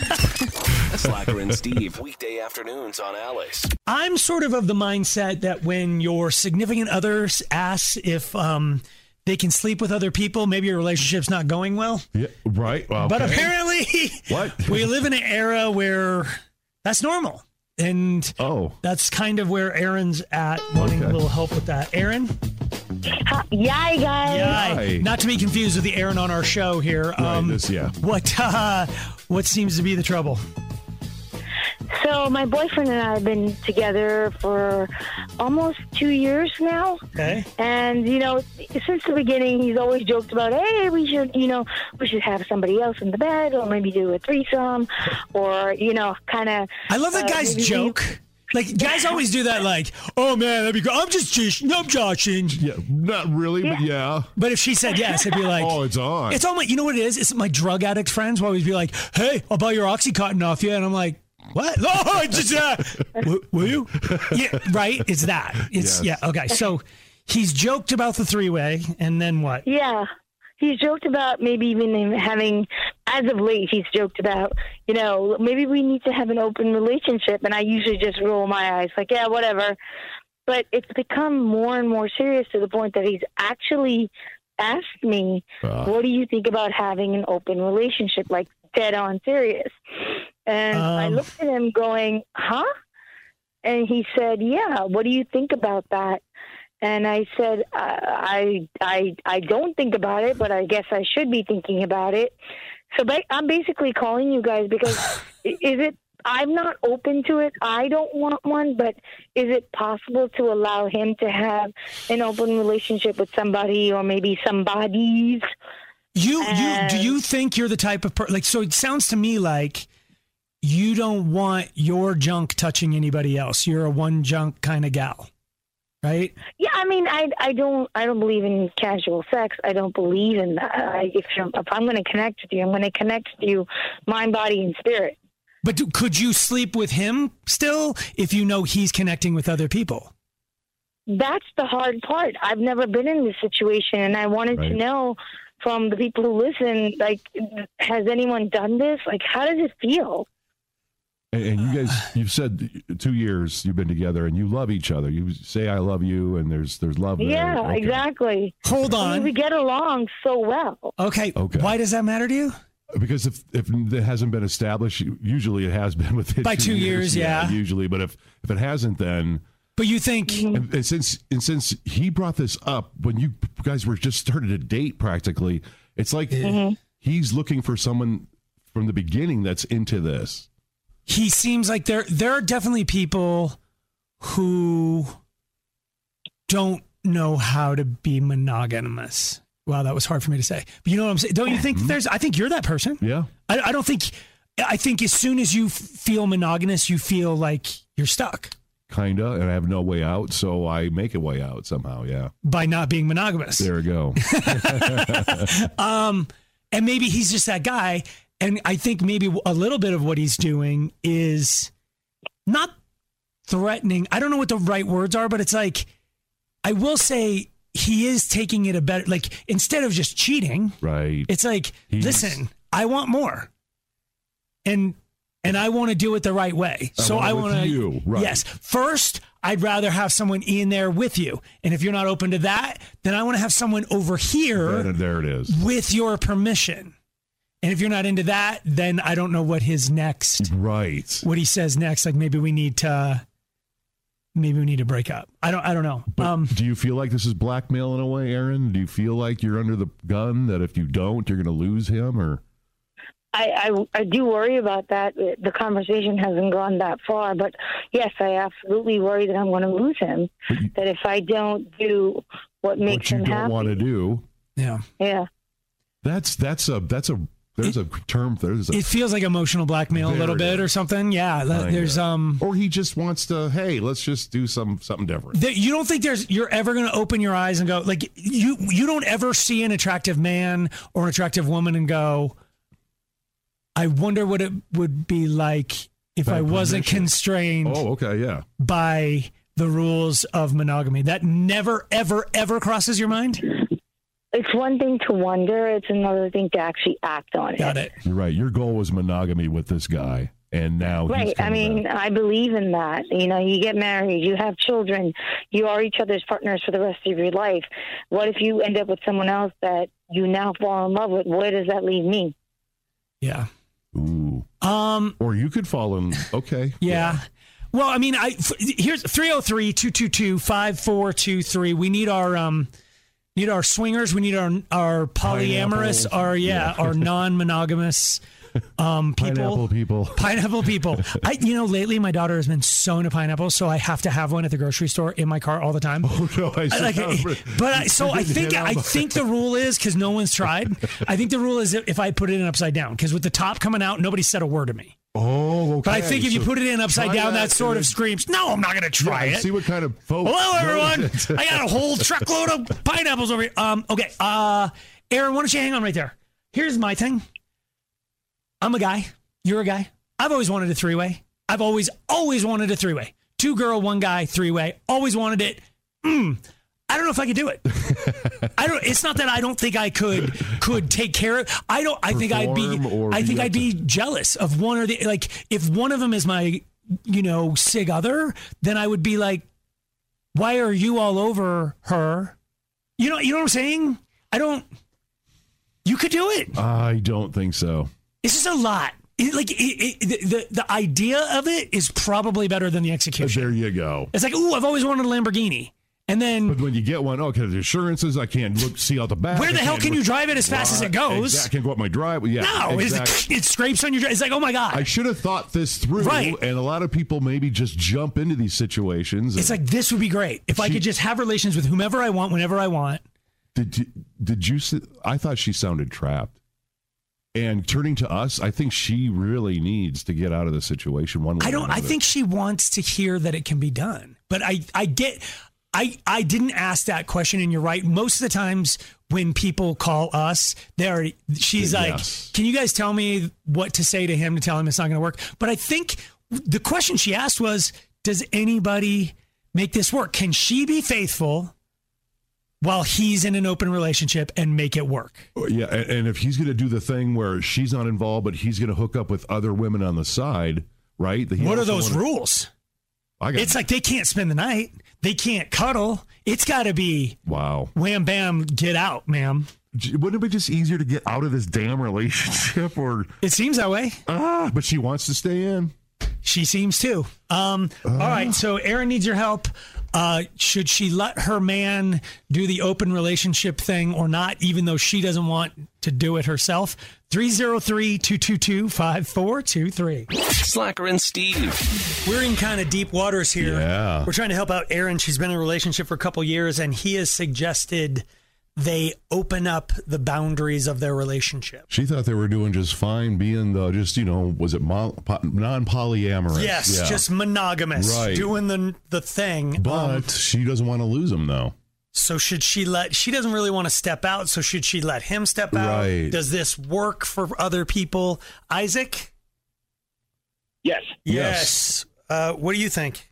S2: Slacker and Steve, weekday afternoons on Alice.
S3: I'm sort of of the mindset that when your significant other asks if um, they can sleep with other people, maybe your relationship's not going well.
S4: Yeah, right. Well,
S3: But
S4: okay.
S3: apparently,
S4: What?
S3: we live in an era where that's normal. And
S4: oh,
S3: that's kind of where Aaron's at, wanting a little help with that. Aaron? Yay, guys.
S4: Yay.
S3: Not to be confused with the Aaron on our show here. Um,
S4: this, yeah.
S3: What, uh, what seems to be the trouble?
S13: So my boyfriend and I have been together for almost two years now.
S3: Okay.
S13: And you know, since the beginning, he's always joked about, "Hey, we should, you know, we should have somebody else in the bed, or maybe do a threesome, or you know, uh, kind of."
S3: I love that guy's joke. Like guys always do that. Like, oh man, that'd be great. I'm just joshing. I'm joshing.
S4: Yeah, not really, but yeah.
S3: But if she said yes, it'd be like,
S4: Oh, it's on.
S3: It's almost. You know what it is? It's my drug addict friends will always be like, hey, I'll buy your oxycontin off you, and I'm like. What? No, I just uh, w- will you? Yeah, right. It's that. It's
S13: Yes.
S3: yeah. Okay, so he's joked about the three way, and then what?
S13: Yeah. He's joked about maybe even him having, as of late, he's joked about, you know, maybe we need to have an open relationship. And I usually just roll my eyes, like, yeah, whatever. But it's become more and more serious to the point that he's actually asked me, what do you think about having an open relationship? Like, dead on serious. And I
S14: Um.
S13: looked at him going, huh? And he said, "Yeah, what do you think about that?" And I said, "I I I, I don't think about it, but I guess I should be thinking about it." So ba- I'm basically calling you guys because i- is it I'm not open to it. I don't want one, but is it possible to allow him to have an open relationship with somebody or maybe somebody's?
S3: You you do you think you're the type of per- like so it sounds to me like you don't want your junk touching anybody else. You're a one junk kind of gal. Right?
S13: Yeah, I mean, I I don't I don't believe in casual sex. I don't believe in that. I, if you're, if I'm going to connect with you, I'm going to connect with you, mind, body, and spirit.
S3: But do, could you sleep with him still if you know he's connecting with other people?
S13: That's the hard part. I've never been in this situation, and I wanted to
S3: Right.
S13: know from the people who listen, like, has anyone done this? Like, how does it feel?
S4: And, and you guys, you've said two years you've been together, and you love each other. You say "I love you," and there's there's love. there.
S13: yeah,
S4: Okay.
S13: exactly.
S3: Hold
S13: I mean,
S3: on.
S13: we get along so well.
S3: Okay. Okay. Why does that matter to you?
S4: Because if if it hasn't been established, usually it has been within
S3: By two years, yeah.
S4: Usually, but if if it hasn't, then. Mm-hmm.
S3: But you think,
S4: and, and since and since he brought this up when you
S3: Mm-hmm.
S4: guys were just started a date, practically, it's like he's looking for someone from the beginning that's into this.
S3: he seems like there there are definitely people who don't know how to be monogamous. Wow, that was hard for me to say. But you know what I'm saying? Don't you think there's? I think you're that person.
S4: Yeah.
S3: I, I don't think. I think as soon as you f- feel monogamous, you feel like you're stuck
S4: Kinda, and I have no way out, so I make a way out somehow. Yeah,
S3: by not being monogamous.
S4: there we go.
S3: um, and maybe he's just that guy. And I think maybe a little bit of what he's doing is not threatening. I don't know what the right words are, but it's like, I will say he is taking it a better, like, instead of just cheating,
S4: right?
S3: it's like,
S4: He's-
S3: listen, I want more. And, and I want to do it the right way.
S4: I
S3: so
S4: want it
S3: I
S4: with
S3: want to.
S4: you, right.
S3: Yes. First, I'd rather have someone in there with you. And if you're not open to that, then I want to have someone over here
S4: There- there it is.
S3: with your permission. And if you're not into that, then I don't know what his next
S4: right
S3: what he says next. Like maybe we need to maybe we need to break up. I don't I don't know. Um,
S4: But do you feel like this is blackmail in a way, Aaron? Do you feel like you're under the gun that if you don't, you're going to lose him? Or
S13: I, I, I do worry about that. The conversation hasn't gone that far, but yes, I absolutely worry that I'm going to lose him. that if I don't do what makes
S4: what you
S13: him
S4: don't
S13: happy,
S4: want to do?
S3: Yeah,
S13: yeah,
S4: that's that's a that's a there's a term there's a
S3: It feels like emotional blackmail a
S4: There
S3: little
S4: it
S3: bit or something. Yeah,
S4: Kinda.
S3: there's um
S4: or he just wants to hey let's just do some something different.
S3: That you don't think there's you're ever going to open your eyes and go like you you don't ever see an attractive man or an attractive woman and go I wonder what it would be like if
S4: By
S3: I wasn't
S4: permission.
S3: constrained
S4: Oh, okay, yeah.
S3: by the rules of monogamy. That never ever ever crosses your mind?
S13: it's one thing to wonder; it's another thing to actually act on it.
S3: Got it.
S4: You're right. Your goal was monogamy with this guy, and now he's
S13: Right. I
S4: coming
S13: mean,
S4: back.
S13: I believe in that. You know, you get married, you have children, you are each other's partners for the rest of your life. What if you end up with someone else that you now fall in love with? Where does that leave me?
S3: Yeah.
S4: Ooh.
S3: Um
S4: or you could fall in. Okay.
S3: Yeah. Well, I mean, I f- here's 303-222-5423. We need our um need our swingers, we need our our polyamorous,
S4: Pineapple.
S3: our yeah,
S4: Yeah.
S3: our non-monogamous um people.
S4: Pineapple people.
S3: Pineapple people. I you know, lately my daughter has been so into pineapples, so I have to have one at the grocery store in my car all the time.
S4: Oh no! I,
S3: I like it. but I, so I think I think the rule is because no one's tried. I think the rule is if I put it in upside down because with the top coming out, nobody said a word to me.
S4: Oh, okay.
S3: But I think if you
S4: so
S3: put it in upside
S4: try
S3: down, that, sort
S4: and
S3: of screams, "No, I'm not going to
S4: then-
S3: try
S4: yeah,
S3: it."
S4: See what kind of folks.
S3: Hello, everyone.
S4: notice it.
S3: I got a whole truckload of pineapples over here. Um, okay, uh, Aaron, why don't you hang on right there? Here's my thing. I'm a guy. You're a guy. I've always wanted a three way. I've always, always wanted a three way. Two girl, one guy, three way. Always wanted it. Mm. I don't know if I could do it. I don't. It's not that I don't think I could could take care of. I don't. I think I'd be.
S4: Perform or
S3: I
S4: be
S3: think
S4: up
S3: I'd
S4: to-
S3: be jealous of one or the like. If one of them is my, you know, sig other, then I would be like, why are you all over her? You know. You know what I'm saying? I don't. You could do it.
S4: I don't think so.
S3: It's just a lot. It, like it, it, the, the the idea of it is probably better than the execution.
S4: There you go.
S3: It's like, ooh, I've always wanted a Lamborghini, and then
S4: But when you get one, okay, the assurances, I can't look, see out the back.
S3: Where the
S4: I
S3: hell
S4: can't
S3: can you
S4: look-
S3: drive it as fast as it
S4: Right,
S3: goes?
S4: exact- I can't go up my driveway. Yeah,
S3: no, it's-
S4: exact-
S3: it scrapes on your. dri- It's like, oh my god.
S4: I should have thought this through.
S3: Right.
S4: And a lot of people maybe just jump into these situations.
S3: It's like this would be great if I
S4: She-
S3: could just have relations with whomever I want, whenever I want.
S4: did you, did you? s- I thought she sounded trapped. And turning to us, I think she really needs to get out of the situation. One. Way
S3: I
S4: or
S3: don't. I
S4: another.
S3: think she wants to hear that it can be done, but I I get. I, I didn't ask that question, and you're right. Most of the times when people call us, they're she's like,
S4: Yes.
S3: "Can you guys tell me what to say to him to tell him it's not going to work?" But I think the question she asked was, "Does anybody make this work? Can she be faithful while he's in an open relationship and make it work?"
S4: Yeah, and, and if he's going to do the thing where she's not involved, but he's going to hook up with other women on the side, right? that he
S3: what are
S4: also
S3: those
S4: wanna-
S3: rules?
S4: I got
S3: It's like they can't spend the night. They can't cuddle. It's got to be
S4: wow.
S3: wham bam, get out, ma'am.
S4: J- Wouldn't it be just easier to get out of this damn relationship? Or
S3: It seems that way.
S4: ah, but she wants to stay in. Ah.
S3: She seems to. Um, all right, so Aaron needs your help. uh, should she let her man do the open relationship thing or not, even though she doesn't want to do it herself? 303 222 5423.
S2: Slacker and Steve.
S3: We're in kind of deep waters here.
S4: Uh.
S3: We're trying to help out Erin. She's been in a relationship for a couple years, and he has suggested they open up the boundaries of their relationship.
S4: She thought they were doing just fine, being the just you know was it mon- po- non polyamorous?
S3: Yes, just monogamous,
S4: Right.
S3: doing the the thing. Um,
S4: But she doesn't want to lose him though.
S3: so should she let? She doesn't really want to step out. So should she let him step out?
S4: Right.
S3: Does this work for other people, Isaac?
S14: Yes.
S3: Yes. Uh, what do you think?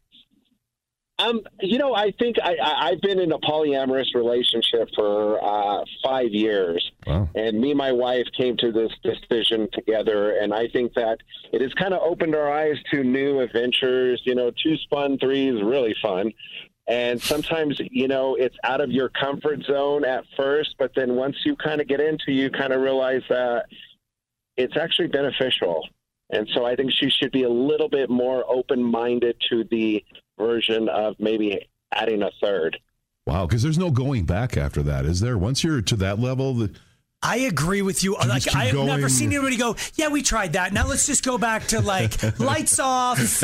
S14: Um, you know, I think I, I, I've been in a polyamorous relationship for uh, five years, and me and my wife came to this decision together. And I think that it has kind of opened our eyes to new adventures. You know, two's fun, three is really fun. And sometimes, you know, it's out of your comfort zone at first, but then once you kind of get into, you kind of realize that it's actually beneficial. And so I think she should be a little bit more open minded to the version of maybe adding a third.
S4: Wow, because there's no going back after that, is there? Once you're to that level, the,
S3: I agree with you.
S4: You just
S3: like
S4: keep
S3: I have never
S4: going.
S3: seen anybody go, yeah, we tried that. Now let's just go back to like lights off,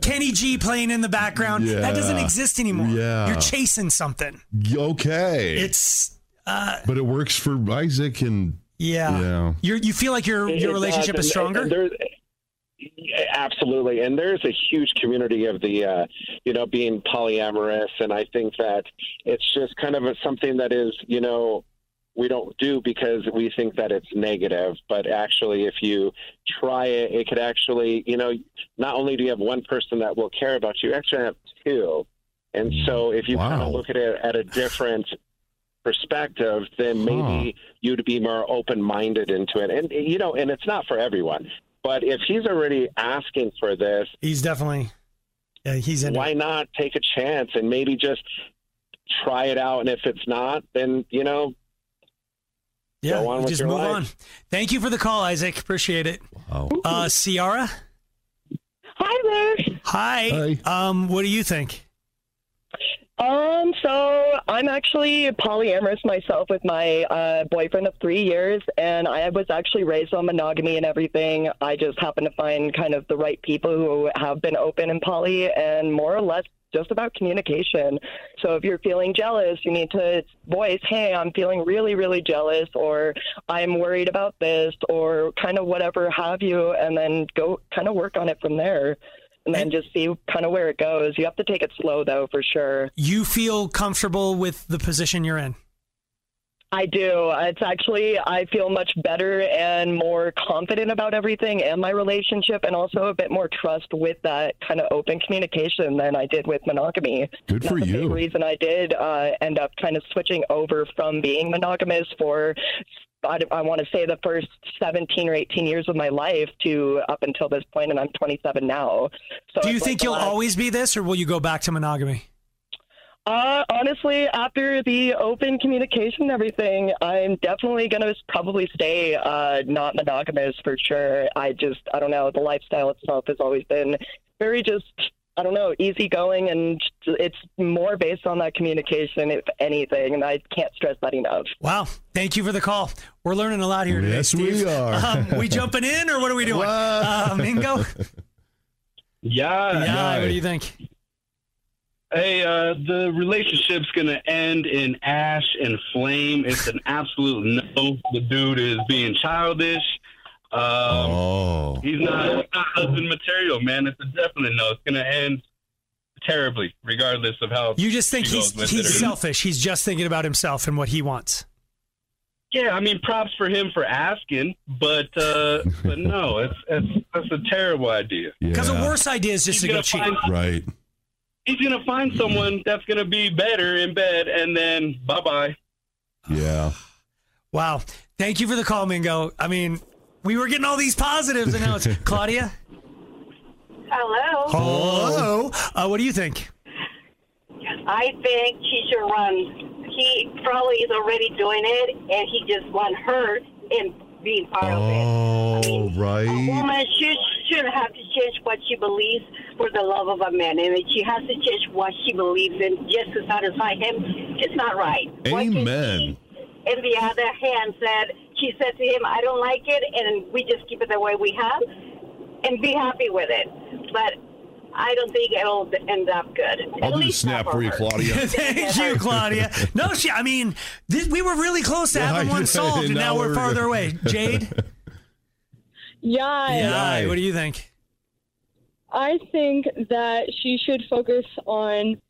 S3: Kenny G playing in the background.
S4: Yeah.
S3: That doesn't exist anymore.
S4: Yeah.
S3: You're chasing something.
S4: okay,
S3: it's uh,
S4: but it works for Isaac and
S3: yeah,
S4: yeah.
S3: You're, you feel like your
S14: It-
S3: your
S14: it
S3: relationship
S14: does,
S3: is
S14: and-
S3: stronger.
S14: and there- absolutely. And there's a huge community of the, uh, you know, being polyamorous. And I think that it's just kind of a, something that is, you know, we don't do because we think that it's negative. But actually, if you try it, it could actually, you know, not only do you have one person that will care about you, you actually have two. And so if you kind of look at it at a different perspective, then maybe you'd be more open minded into it. And, you know, and it's not for everyone. But if he's already asking for this,
S3: He's definitely yeah, he's in. it.
S14: why not take a chance and maybe just try it out? And if it's not, then, you know,
S3: Yeah,
S14: go on with
S3: just
S14: your
S3: move
S14: life.
S3: on. Thank you for the call, Isaac. Appreciate it. Uh, Ciara.
S15: Hi
S3: there. Hi. Um, what do you think?
S15: Um, so I'm actually polyamorous myself with my uh, boyfriend of three years, and I was actually raised on monogamy and everything. I just happen to find kind of the right people who have been open and poly, and more or less just about communication. So if you're feeling jealous, you need to voice, "Hey, I'm feeling really, really jealous," or "I'm worried about this," or kind of whatever have you, and then go kind of work on it from there. And then just see kind of where it goes. You have to take it slow, though, for sure.
S3: You feel comfortable with the position you're in?
S15: I do. It's actually, I feel much better and more confident about everything and my relationship, and also a bit more trust with that kind of open communication than I did with monogamy.
S4: Good
S15: for
S4: you.
S15: The reason I did uh, end up kind of switching over from being monogamous for, I, I want to say, the first 17 or 18 years of my life to up until this point, and I'm 27 now. So
S3: do you
S15: it's like
S3: think
S15: the
S3: you'll
S15: last-
S3: always be this, or will you go back to monogamy?
S15: Uh, honestly, after the open communication and everything, I'm definitely going to probably stay uh, not monogamous for sure. I just, I don't know, the lifestyle itself has always been very just, I don't know, easygoing, and it's more based on that communication, if anything, and I can't stress that enough.
S3: Wow. Thank you for the call. We're learning a lot here today.
S4: Yes,
S3: Steve.
S4: we are.
S3: Um, we jumping in, or what are we doing?
S4: What?
S3: Uh, Mingo?
S16: Yeah.
S3: Yeah. What do you think?
S16: Hey, uh, the relationship's gonna end in ash and flame. It's an absolute no. The dude is being childish. Um,
S4: oh.
S16: He's not, he's not husband material, man. It's a definite no. It's gonna end terribly, regardless of how
S3: You just think
S16: she
S3: he's
S16: goes with it
S3: he's
S16: or-
S3: selfish. He's just thinking about himself and what he wants.
S16: Yeah, I mean, props for him for asking, but uh, but no, it's, it's that's a terrible idea.
S3: Because the worst idea is just
S16: He's
S3: to go
S16: gonna
S3: cheat.
S16: find-
S4: Right.
S16: He's gonna find someone that's gonna be better in bed, and then bye bye.
S4: Yeah.
S3: Wow. Thank you for the call, Mingo. I mean, we were getting all these positives, and now it's Claudia.
S17: Hello.
S3: Hello. Uh, what do you think?
S17: I think he should run. He probably is already doing it, and he just want her in being part of it.
S4: Oh,
S17: A
S4: right.
S17: woman should should have to change what she believes for the love of a man, and if she has to change what she believes in just to satisfy him, it's not right.
S4: Amen.
S17: And the other hand said, she said to him, I don't like it, and we just keep it the way we have and be happy with it. But I don't think it'll end up good.
S4: I'll do the snap for you, Claudia.
S3: Thank you, Claudia. No, she. I mean, this, we were really close to
S4: Yeah,
S3: having
S4: I
S3: one
S4: know,
S3: solved, and
S4: and
S3: now
S4: now
S3: we're
S4: we're-
S3: farther away. Jade,
S18: Yeah.
S3: yeah. What do you think?
S18: I think that she should focus on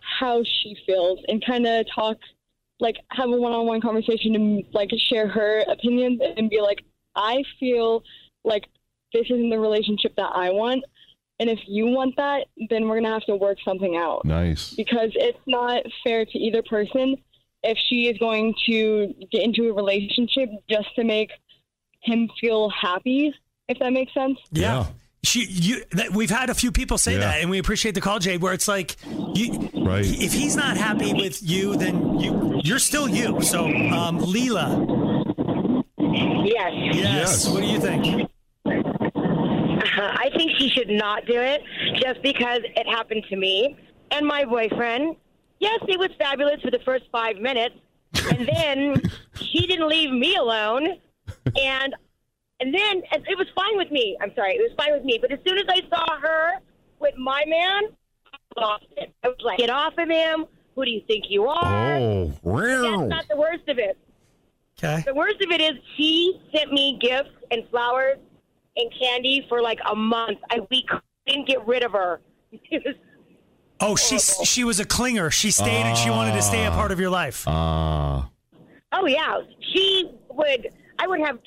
S18: how she feels and kind of talk, like have a one-on-one conversation and like share her opinions and be like, I feel like this isn't the relationship that I want, and if you want that, then we're gonna have to work something out
S4: Nice.
S18: because it's not fair to either person if she is going to get into a relationship just to make him feel happy. If that makes sense.
S3: Yeah. She, you, that, we've had a few people say that, and we appreciate the call, Jade. Where it's like, you,
S4: right?
S3: If he's not happy with you, then you, you're still you. So, um, Leela,
S19: Yes.
S3: Yes. What do you think?
S19: Uh, I think she should not do it just because it happened to me and my boyfriend. Yes, it was fabulous for the first five minutes, and then she didn't leave me alone, and and then and it was fine with me. I'm sorry, it was fine with me. But as soon as I saw her with my man, I lost it. I was like, "Get off of him! Who do you think you are?"
S4: Oh,
S19: That's
S4: wow.
S19: not the worst of it.
S3: Okay.
S19: The worst of it is he sent me gifts and flowers and candy for like a month. I we couldn't get rid of her. It was-
S3: Oh, she she was a clinger. She stayed, and she wanted to stay a
S19: Ah.
S3: part of your life.
S4: Ah.
S19: oh yeah, she would. I would have.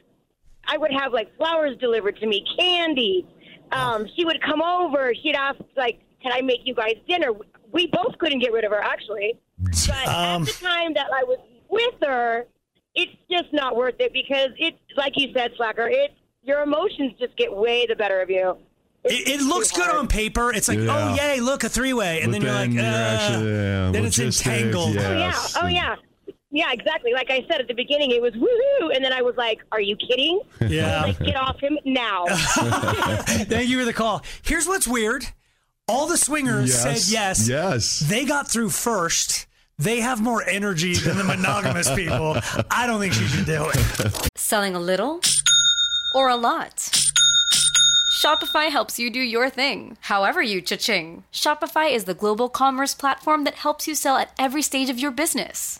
S19: I would have like flowers delivered to me, candy. Um, she would come over. She'd ask like, "Can I make you guys dinner?" We both couldn't get rid of her actually. But
S3: Um.
S19: at the time that I was with her, it's just not worth it because it's like you said, Slacker. It your emotions just get way the better of you.
S3: It, it looks good on paper. It's like, oh
S4: Yeah.
S3: yay, look a three way, and
S4: But
S3: then, you're like,
S4: then you're
S3: "Ugh."
S4: actually- yeah,
S3: then it's
S4: logistics,
S3: entangled.
S4: yeah.
S19: Oh yeah.
S4: Yes.
S19: Oh yeah. Yeah, exactly. Like I said at the beginning, it was woohoo, and then I was like, "Are you kidding?
S3: Yeah.
S19: I was like, get off him now."
S3: Thank you for the call. Here's what's weird. All the swingers
S4: Yes.
S3: said yes.
S4: Yes.
S3: They got through first. They have more energy than the monogamous people. I don't think she should do it.
S20: Selling a little or a lot? Shopify helps you do your thing, however you cha-ching. Shopify is the global commerce platform that helps you sell at every stage of your business.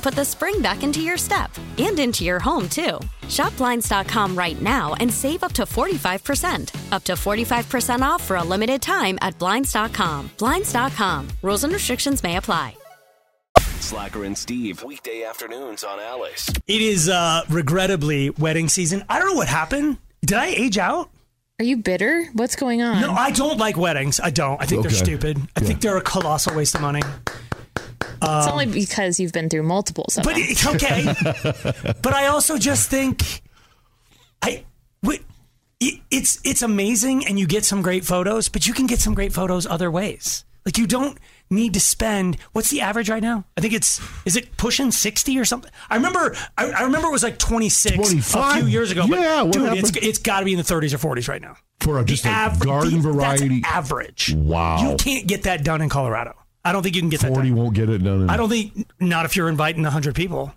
S21: put the spring back into your step and into your home, too. Shop Blinds.com right now and save up to 45%. Up to 45% off for a limited time at Blinds.com. Blinds.com. Rules and restrictions may apply.
S2: Slacker and Steve, weekday afternoons on Alice.
S3: It is uh, regrettably wedding season. I don't know what happened. Did I age out?
S9: Are you bitter? What's going on?
S3: No, I don't like weddings. I don't. I think
S9: Okay.
S3: they're stupid. I think they're a colossal waste of money.
S9: It's
S3: Um,
S9: only because you've been through multiples. Of
S3: But
S9: them.
S3: it's okay. but I also just think I wait, it, it's it's amazing, and you get some great photos, but you can get some great photos other ways. Like you don't need to spend. What's the average right now? I think it's is it pushing sixty or something. I remember I, I remember it was like twenty six a
S4: 25?
S3: few years ago. But
S4: Yeah, what
S3: dude, it's
S4: happened?
S3: it's got to be in the thirties or forties right now.
S4: for a, just a
S3: aver-
S4: garden
S3: the- that's
S4: variety
S3: average.
S4: Wow,
S3: You can't get that done in Colorado. I don't think you can get that
S4: forty
S3: done.
S4: won't get it done. In
S3: I don't think not if you're inviting hundred people.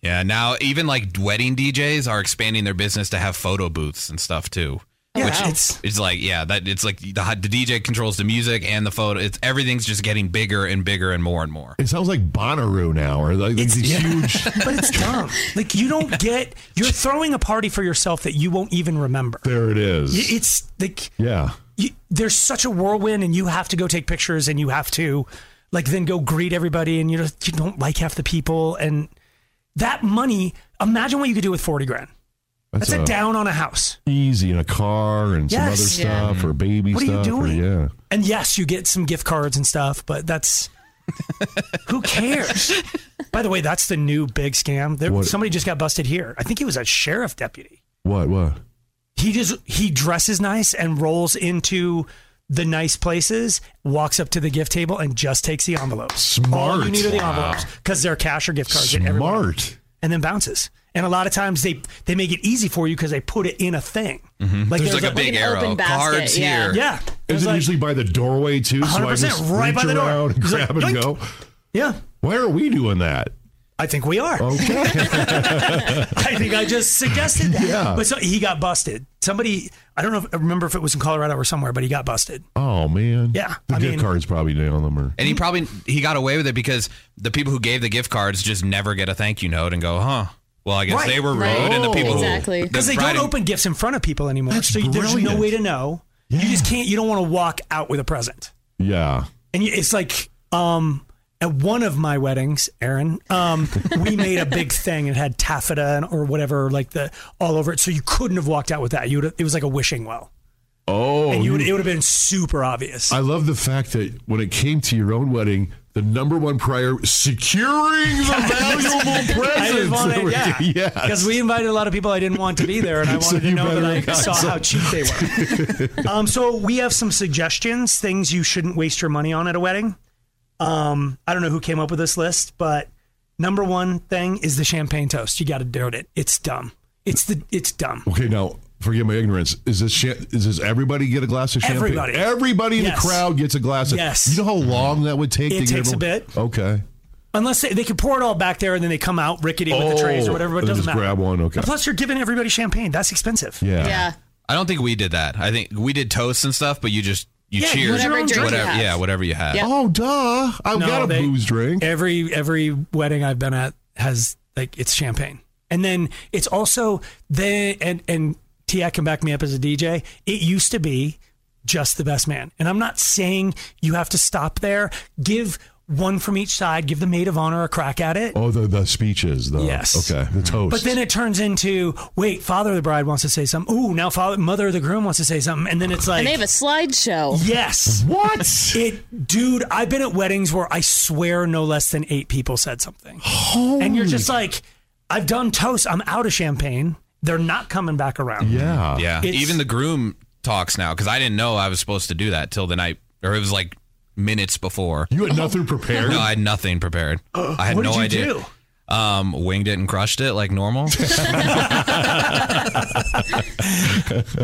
S10: Yeah, now even like wedding DJs are expanding their business to have photo booths and stuff too.
S3: Yeah,
S10: which
S3: it's-
S10: it's like yeah, that it's like the, the DJ controls the music and the photo. It's everything's just getting bigger and bigger and more and more.
S4: It sounds like Bonnaroo now, or like, like these huge.
S3: but it's dumb. Like you don't get. You're throwing a party for yourself that you won't even remember.
S4: There it is.
S3: Y- It's like
S4: Yeah.
S3: you, there's such a whirlwind, and you have to go take pictures, and you have to like then go greet everybody, and you just, you don't like half the people, and that money. Imagine what you could do with forty grand. That's, a, down on a house.
S4: Easy in a car and some
S3: Yes.
S4: other
S3: Yeah.
S4: stuff or baby
S3: What are you
S4: stuff.
S3: doing?
S4: Or, yeah.
S3: And yes, you get some gift cards and stuff, but that's who cares. By the way, that's the new big scam. There,
S4: What?
S3: somebody just got busted here. I think he was a sheriff deputy.
S4: What? What?
S3: he just he dresses nice and rolls into the nice places, walks up to the gift table and just takes the envelopes. All
S4: Smart.
S3: you need are the
S4: Wow.
S3: envelopes because they're cash or gift cards. and everyone-
S4: Smart.
S3: And then bounces. And a lot of times they they make it easy for you because they put it in a thing.
S4: Mhm. There's like a
S10: big Mm-hmm. Like an open arrow. basket, Cards yeah. here.
S3: Yeah.
S4: Is it usually by the doorway too? so I
S3: 100%
S4: just
S3: right
S4: reach
S3: by the door.
S4: around and
S3: It's like,
S4: grab and go.
S3: Yeah.
S4: Why are we doing that?
S3: I think we are.
S4: Okay.
S3: I think I just suggested that.
S4: Yeah.
S3: But so he got busted. Somebody I don't know if I remember if it was in Colorado or somewhere, but he got busted.
S4: Oh man.
S3: Yeah,
S4: The
S3: I
S4: gift
S3: mean-
S4: cards probably on them or
S10: And he probably he got away with it because the people who gave the gift cards just never get a thank you note and go, huh? Well, I guess
S3: Right.
S10: they were rude, and the people who
S3: because they don't
S10: writing-
S3: open gifts in front of people anymore. so you- there's no
S4: brilliant.
S3: way to know. You just can't. You don't want to walk out with a present.
S4: Yeah.
S3: And you- it's like um, at one of my weddings, Aaron, um, we made a big thing and had taffeta and, or whatever, like the all over it. So you couldn't have walked out with that. You would. It was like a wishing well,
S4: Oh.
S3: and you would,
S4: you-
S3: it would have been super obvious.
S4: I love the fact that when it came to your own wedding, the number one prior securing the valuable
S3: I didn't
S4: presents.
S3: want it, yeah,
S4: Yes.
S3: because we invited a lot of people I didn't want to be there, and I wanted
S4: So
S3: to
S4: you
S3: know
S4: better
S3: that I
S4: not.
S3: saw
S4: So-
S3: how cheap they were. um, so we have some suggestions, things you shouldn't waste your money on at a wedding. Um, I don't know who came up with this list, but number one thing is the champagne toast. You got to do it. It's dumb. It's the it's dumb.
S4: Okay, now forgive my ignorance. Is this cha- is this everybody get a glass of champagne?
S3: Everybody.
S4: Everybody in
S3: Yes.
S4: the crowd gets a glass. Of,
S3: Yes.
S4: You know how long that would take?
S3: It
S4: to get
S3: takes a
S4: everyone- Okay.
S3: Unless they, they could pour it all back there and then they come out rickety with the trays or
S4: Oh,
S3: whatever, but it
S4: and
S3: doesn't
S4: just
S3: matter.
S4: grab one, okay.
S3: And plus, you're giving everybody champagne. That's expensive.
S4: Yeah.
S10: I don't think we did that. I think we did toasts and stuff, but you just you
S3: Yeah,
S10: cheers
S3: whatever drink you
S10: whatever
S3: have.
S10: yeah, whatever you had.
S4: Oh, duh! I've
S3: No,
S4: got a
S3: they-
S4: booze drink.
S3: Every every wedding I've been at has like it's champagne, and then it's also the and and Ti can back me up as a DJ. It used to be just the best man, and I'm not saying you have to stop there. Give one from each side. Give the maid of honor a crack at it.
S4: Oh, the the speeches. The,
S3: Yes.
S4: Okay. The toast.
S3: But then it turns into wait, father of the bride wants to say something. Ooh, now father, mother of the groom wants to say something, and then it's like
S9: and they have a slideshow.
S3: Yes.
S4: What?
S3: It, dude, I've been at weddings where I swear no less than eight people said something. And you're just like, I've done toast. I'm out of champagne. They're not coming back around.
S4: Yeah.
S10: Yeah.
S3: It's-
S10: Even the groom talks now because I didn't know I was supposed to do that till the night, or it was like minutes before.
S4: You had nothing prepared.
S10: No, I had nothing prepared. I had
S4: What
S10: no
S4: did you
S10: idea.
S4: do?
S10: Um, winged it and crushed it like normal.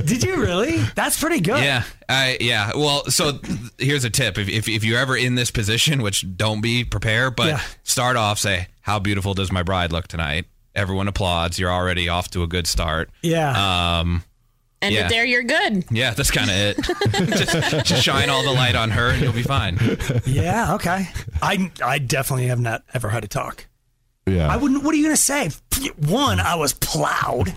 S3: Did you really? That's pretty good.
S10: Yeah, I, yeah. Well, so th- here's a tip: if, if if you're ever in this position, which don't be, prepare, but
S3: Yeah.
S10: start off say, "How beautiful does my bride look tonight?" Everyone applauds. You're already off to a good start.
S3: Yeah.
S10: Um,
S9: And
S10: yeah.
S9: there you're good.
S10: Yeah, that's kind of it. just, just shine all the light on her, and you'll be fine.
S3: Yeah. Okay. I I definitely have not ever had a talk.
S4: Yeah.
S3: I wouldn't. What are you gonna say? One, I was plowed.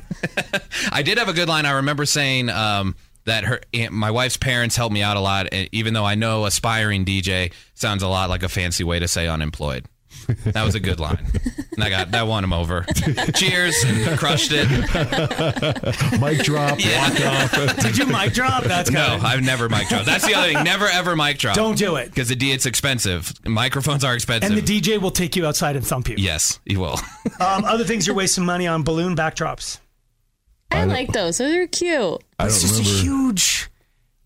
S10: I did have a good line. I remember saying um, that her, aunt, my wife's parents helped me out a lot, and even though I know aspiring DJ sounds a lot like a fancy way to say unemployed. That was a good line. And I got that won him over. Cheers, crushed it.
S4: mic drop. Walk off.
S3: Did you mic drop? That's
S10: no.
S3: kinda-
S10: I've never mic dropped. That's the other thing. Never ever mic drop.
S3: Don't do it.
S10: because the D it's expensive. Microphones are expensive.
S3: And the DJ will take you outside and thump you.
S10: yes, you will.
S3: Um, other things you're wasting money on: balloon backdrops.
S9: I like those. Those are cute.
S3: it's just a huge.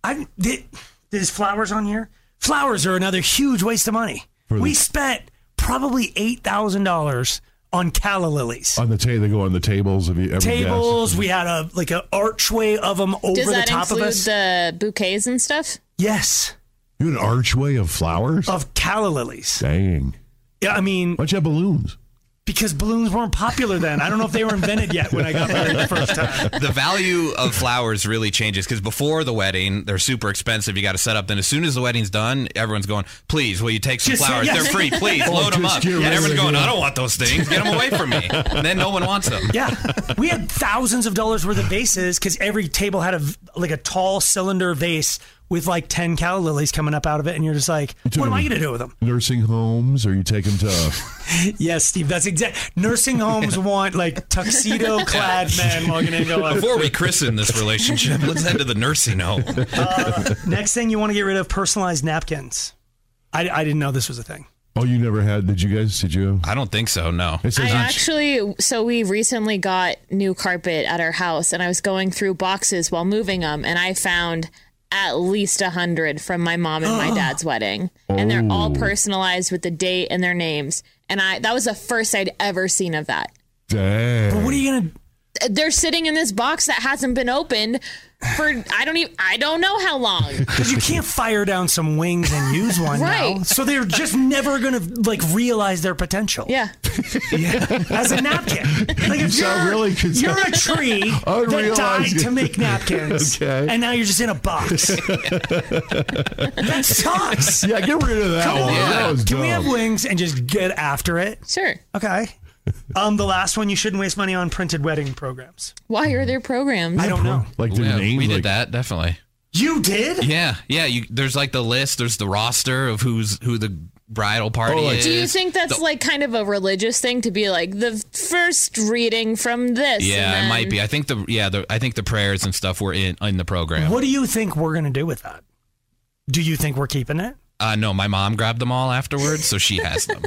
S3: I th- there's flowers on here. Flowers are another huge waste of money. we spent probably eight thousand dollars on calla lilies.
S4: On the table, they go on the tables. Have you ever
S3: Tables. We had a like an archway of them over
S9: Does
S3: the
S9: that
S3: top of
S9: include
S3: us.
S9: the bouquets and stuff?
S3: yes,
S4: You had an archway of flowers
S3: of calla lilies.
S4: Dang.
S3: Yeah, I mean,
S4: why'd you have balloons?
S3: Because balloons weren't popular then. I don't know if they were invented yet when I got married the first time.
S10: the value of flowers really changes because before the wedding, they're super expensive. You got to set up. Then as soon as the wedding's done, everyone's going, please, will you take some
S4: Just say
S10: flowers?
S4: yes.
S10: They're free. Please,
S4: Oh,
S10: load them
S4: just
S10: up.
S4: get
S10: And
S4: rid of
S10: everyone's
S4: it,
S10: going,
S4: yeah.
S10: I don't want those things. Get them away from me. And then no one wants them.
S3: Yeah, we had thousands of dollars worth of vases because every table had a v- like a tall cylinder vase with like ten calla lilies coming up out of it, and you're just like, what am I gonna do with them?
S4: Nursing homes, or you take them to.
S3: yes, Steve, that's exact. Nursing homes want like tuxedo clad men walking in going.
S10: Before we christen this relationship, let's head to the nursing home.
S3: Next thing you want to get rid of personalized napkins. I, I didn't know this was a thing.
S4: Oh, you never had? Did you guys? Did you?
S10: I don't think so. No.
S4: It
S9: I
S4: says
S9: actually, so we recently got new carpet at our house, and I was going through boxes while moving them, and I found at least a hundred from my mom and my dad's wedding, and they're all
S4: Oh.
S9: personalized with the date and their names. And I, that was the first I'd ever seen of that.
S4: dang.
S3: But what are you gonna?
S9: They're sitting in this box that hasn't been opened for I don't even I don't know how long.
S3: Because you can't fire down some wings and use one now,
S9: Right.
S3: so they're just never gonna like realize their potential.
S9: Yeah.
S3: as a napkin. Like if
S4: sound
S3: you're,
S4: really concerned.
S3: you're a tree that died
S4: Unrealized.
S3: to make napkins,
S4: Okay.
S3: and now you're just in a box. that sucks.
S4: Yeah, get rid of that
S3: Come
S4: one.
S3: on.
S4: That was
S3: Can we
S4: dumb.
S3: have wings and just get after it?
S9: Sure.
S3: Okay. Um, the last one, you shouldn't waste money on printed wedding programs.
S9: Why are there programs?
S3: I don't know.
S4: Like
S10: the name. We did that, definitely.
S3: You did?
S10: Yeah. Yeah. You, there's like the list, there's the roster of who's who the bridal party is.
S9: Do you think that's
S10: The-
S9: like kind of a religious thing to be like the first reading from this?
S10: Yeah,
S9: and
S10: it might
S9: then-
S10: be. I think the yeah, the, I think the prayers and stuff were in in the program.
S3: What do you think we're gonna do with that? Do you think we're keeping it?
S10: Uh, no, my mom grabbed them all afterwards, so she has them.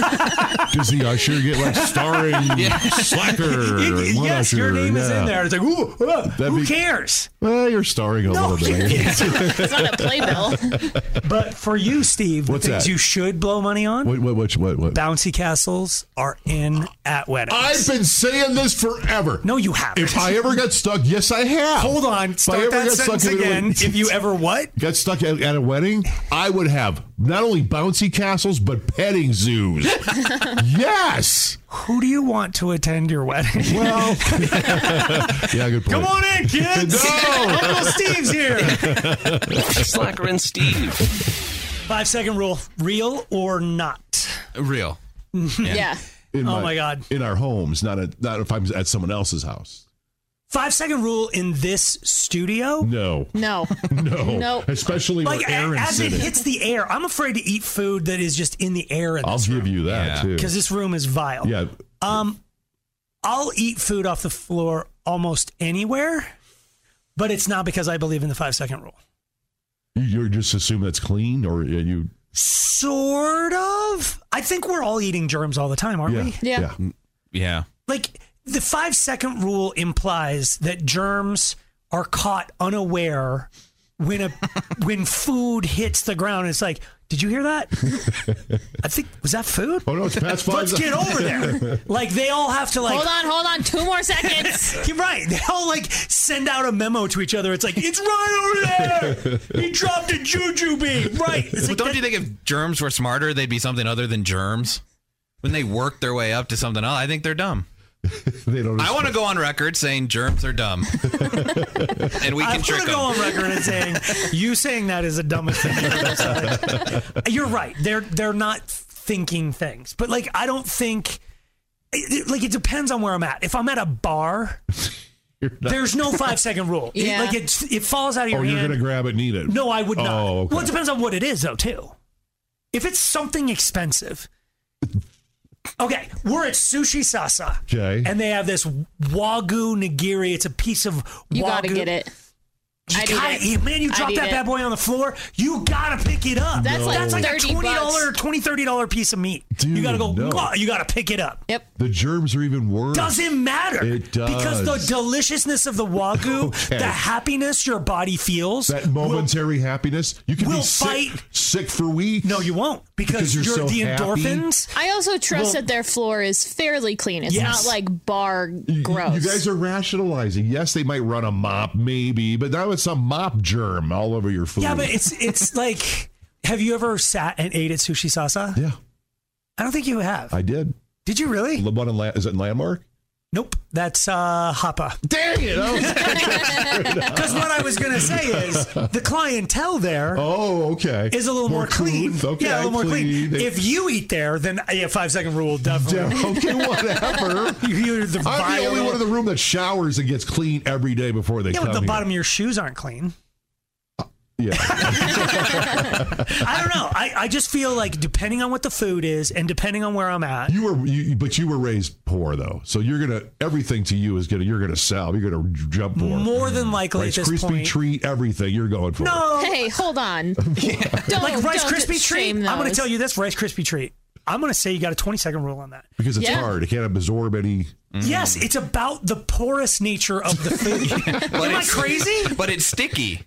S4: Does the usher get like starring
S10: Yeah.
S4: slacker?
S3: It-
S4: one
S3: yes, your
S4: usher,
S3: name is
S4: yeah.
S3: in there. It's like, ooh, uh,
S4: That'd
S3: who
S4: be-
S3: cares?
S4: Well, you're starring a little bit. I guess.
S9: It's not a playbill.
S3: But for you, Steve, the
S4: What's
S3: things
S4: that?
S3: you should blow money on.
S4: What? What? What? What? what?
S3: bouncy castles are in at weddings.
S4: I've been saying this forever.
S3: No, you haven't.
S4: If I ever got stuck, yes, I have.
S3: Hold on,
S4: If I
S3: start
S4: ever
S3: that
S4: got
S3: sentence
S4: stuck in a-
S3: again. if you ever what?
S4: got stuck at, at a wedding, I would have not only bouncy castles but petting zoos. yes.
S3: Who do you want to attend your wedding?
S4: Well, yeah, good point.
S3: come on in, kids.
S4: No.
S3: Uncle Steve's here.
S2: Slacker and Steve.
S3: Five second rule: real or not?
S10: Real.
S9: yeah.
S4: In
S3: Oh my God.
S4: In our homes, not at not if I'm at someone else's house.
S3: Five second rule in this studio.
S4: No.
S9: No.
S4: No.
S9: Nope.
S4: oh, Especially
S3: Like
S4: where
S3: a-
S4: Aaron's
S3: as it
S4: sitting.
S3: hits the air, I'm afraid to eat food that is just in the air in
S4: I'll
S3: this
S4: give you that Oh, too.
S3: because this room is vile.
S4: yeah.
S3: Um, I'll eat food off the floor almost anywhere, but it's not because I believe in the five second rule.
S4: You- You're just assume that's clean or yeah, you
S3: Sort of. I think we're all eating germs all the time, aren't
S4: yeah, Mm.
S3: we?
S9: Yeah.
S10: Yeah.
S3: Like the five second rule implies that germs are caught unaware when a when food hits the ground. It's like Did you hear that? I think was that food?
S4: Oh no, it's past five.
S3: Let's get over there. Like they all have to like
S9: hold on, hold on, two more seconds.
S3: You're right. They all like send out a memo to each other. It's like it's right over there. He dropped a juju bean. Right. It's
S10: Well,
S3: like
S10: don't you think if germs were smarter, they'd be something other than germs? When they work their way up to something else, I think they're dumb.
S4: they don't.
S10: I want to go on record saying germs are dumb, and we can
S3: I want
S10: trick
S3: to
S10: them.
S3: go on record and saying you saying that is the dumbest thing. You've ever said. You're right. They're they're not thinking things, but like I don't think it- it- like it depends on where I'm at. If I'm at a bar, there's no five second rule. It-
S4: Yeah.
S3: like it it falls out of your
S4: Oh, you're
S3: hand.
S4: gonna grab it, and eat it.
S3: No, I would not.
S4: Oh, okay.
S3: Well, it depends on what it is, though, too. If it's something expensive, okay, we're at Sushi Sasa,
S4: Okay.
S3: and they have this wagyu nigiri. It's a piece of
S9: You
S3: wagyu.
S9: gotta get it.
S3: You
S9: I'd eat
S3: gotta
S9: it.
S3: eat- man, you
S9: I'd
S3: dropped
S9: eat
S3: that
S9: it.
S3: bad boy on the floor. You gotta pick it up.
S9: That's like
S3: that's like a
S9: 30
S3: twenty dollar, twenty thirty dollar piece of meat. you gotta go.
S4: no.
S3: "Mwah," You gotta pick it up.
S9: Yep.
S4: The germs are even worse.
S3: Doesn't matter.
S4: It does.
S3: Because the deliciousness of the wagyu,
S4: Okay.
S3: the happiness your body feels,
S4: that momentary happiness. You can
S3: will
S4: be sick,
S3: fight-
S4: sick for weeks.
S3: No, you won't because,
S4: you're
S3: you're,
S4: so
S3: the
S4: happy.
S3: endorphins.
S9: I also trust
S4: Well-
S9: that their floor is fairly clean. It's
S4: Yes.
S9: not like bar
S4: You-
S9: gross.
S4: You guys are rationalizing. Yes, they might run a mop, maybe, but now it's some mop germ all over your food.
S3: Yeah, but it's it's like, have you ever sat and ate at Sushi Sasa?
S4: Yeah.
S3: I don't think you have.
S4: I did.
S3: Did you really?
S4: The one in La- is it in Landmark?
S3: Nope, that's uh, Hapa.
S4: Dang it!
S3: Because what I was gonna say is the clientele there
S4: Oh, okay.
S3: is a little more, clean.
S4: food? Okay,
S3: yeah, a little more clean.
S4: They-
S3: If you eat there, then yeah, five second rule definitely.
S4: Yeah, okay, whatever.
S3: You're the
S4: I'm the only
S3: vile-
S4: one in the room that showers and gets clean every day before they
S3: yeah,
S4: come
S3: but the
S4: here.
S3: bottom of your shoes aren't clean.
S4: Yeah.
S3: I don't know. I, I just feel like depending on what the food is and depending on where I'm at,
S4: You were, you, but you were raised poor though, so you're gonna everything to you is gonna you're gonna sell. You're gonna j- jump for it.
S3: More than likely at
S4: Rice
S3: this
S4: crispy
S3: point-
S4: treat everything you're going for.
S3: No.
S9: Hey, hold on. Don't,
S3: like Rice
S9: Oh, don't
S3: Krispie treat.
S9: shame
S3: I'm going to
S9: those.
S3: tell you this Rice Krispie treat. I'm going to say you got a 20 second rule on that.
S4: because it's
S9: Yeah.
S4: hard. It can't absorb any.
S3: Mm.
S4: Mm.
S3: Yes, it's about the porous nature of the food. Am I
S10: it's-
S3: crazy?
S10: But it's sticky,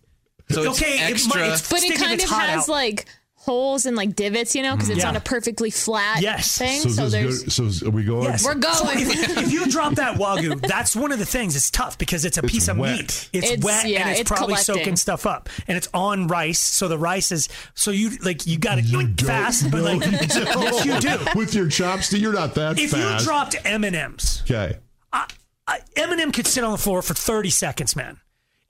S10: so it's
S3: Okay, it might-
S10: extra.
S3: it's
S9: But
S3: Stick
S9: it
S3: if
S9: kind
S3: it's
S9: of
S3: hot
S9: has
S3: out. Mm-hmm.
S9: like holes and like divots, you know, because it's
S4: Yeah.
S9: not a perfectly flat
S3: Yes.
S9: thing.
S4: So,
S9: So,
S4: is
S9: there's
S4: this good, so is- are we going?
S3: Yes.
S9: We're going.
S3: So if, if you drop that wagyu, that's one of the things. It's tough because it's a piece of
S4: wet.
S3: meat. It's,
S9: It's-
S3: wet
S9: yeah,
S3: and it's,
S9: it's
S3: probably
S9: collecting.
S3: soaking stuff up, and it's on rice. So the rice is so you like you got to eat
S4: Don't-
S3: fast, but
S4: no,
S3: like
S4: you don't.
S3: yes, you do.
S4: With your chopstick, you're not that
S3: If
S4: fast.
S3: you dropped M and M's,
S4: okay,
S3: Eminem could sit on the floor for 30 seconds, man.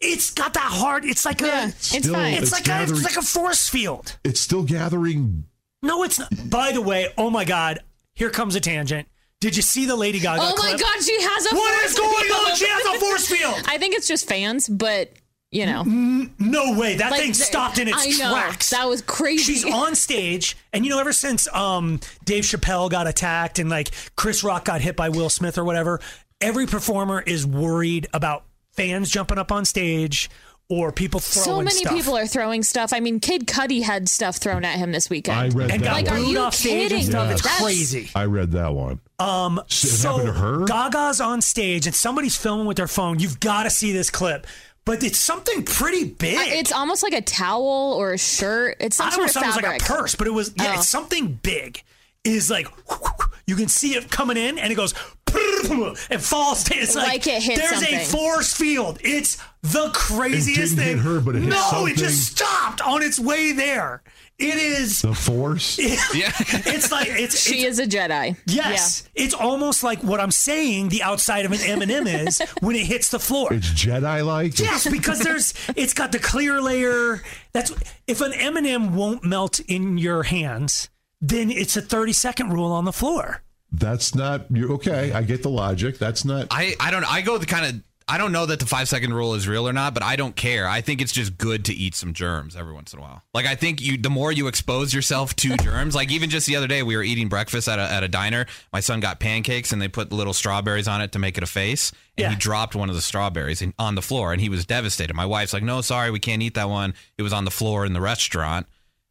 S3: It's got that hard. It's like a. It's,
S4: Still, fine. it's
S3: like a,
S4: gathering-
S3: it's like a force field.
S4: it's still gathering.
S3: No, it's not. By the way, oh my God, here comes a tangent. Did you see the Lady Gaga?
S9: oh my
S3: clip?
S9: god, she has a.
S3: What
S9: force
S3: is going
S9: field.
S3: on? She has a force field. Mm-hmm.
S9: I think it's just fans, but you know,
S3: No way. That
S9: Like,
S3: thing
S9: the-
S3: stopped in its
S9: I know.
S3: tracks.
S9: That was crazy.
S3: She's on stage, and you know, ever since um, Dave Chappelle got attacked and like Chris Rock got hit by Will Smith or whatever, every performer is worried about fans jumping up on stage or people throwing
S9: so many
S3: stuff.
S9: people are throwing stuff. I mean, Kid Cudi had stuff thrown at him this weekend.
S4: I read
S3: and
S4: that.
S3: got
S9: Like, are
S4: one.
S3: booed
S9: you
S3: off stage and
S9: kidding?
S3: stuff. It's
S9: Yes.
S3: crazy.
S4: I read that one.
S3: Um,
S4: Shit, it
S3: so
S4: happened to her?
S3: Gaga's on stage and somebody's filming with their phone. You've got to see this clip, but it's something pretty big.
S9: I- It's almost like a towel or a shirt. It's some
S3: I
S9: sort
S3: almost
S9: of
S3: thought it was
S9: fabric.
S3: like a purse, but it was yeah,
S9: Oh.
S3: it's something big. Is like you can see it coming in, and it goes and falls. down. It's like,
S9: Like it hit
S3: there's a
S9: something.
S3: force field. It's the craziest
S4: didn't
S3: thing.
S4: hit her, but it hit
S3: no, it just
S4: something.
S3: stopped on its way there. It is.
S4: The force.
S10: yeah,
S3: It's like it's
S9: She is a Jedi.
S3: Yes, it's almost like what I'm saying. The outside of an M and m is when it hits the floor.
S4: It's Jedi like.
S3: yes, because there's it's got the clear layer. That's if an M and m won't melt in your hands, then it's a 30 second rule on the floor.
S4: That's not. You're okay. I get the logic. That's not.
S10: I I don't. I go the kind of. I don't know that the five second rule is real or not, but I don't care. I think it's just good to eat some germs every once in a while. Like I think you, the more you expose yourself to germs, like even just the other day we were eating breakfast at a at a diner. My son got pancakes and they put little strawberries on it to make it a face, and he dropped one of the strawberries in, on the floor, and he was devastated. My wife's like, "No, sorry, we can't eat that one. It was on the floor in the restaurant,"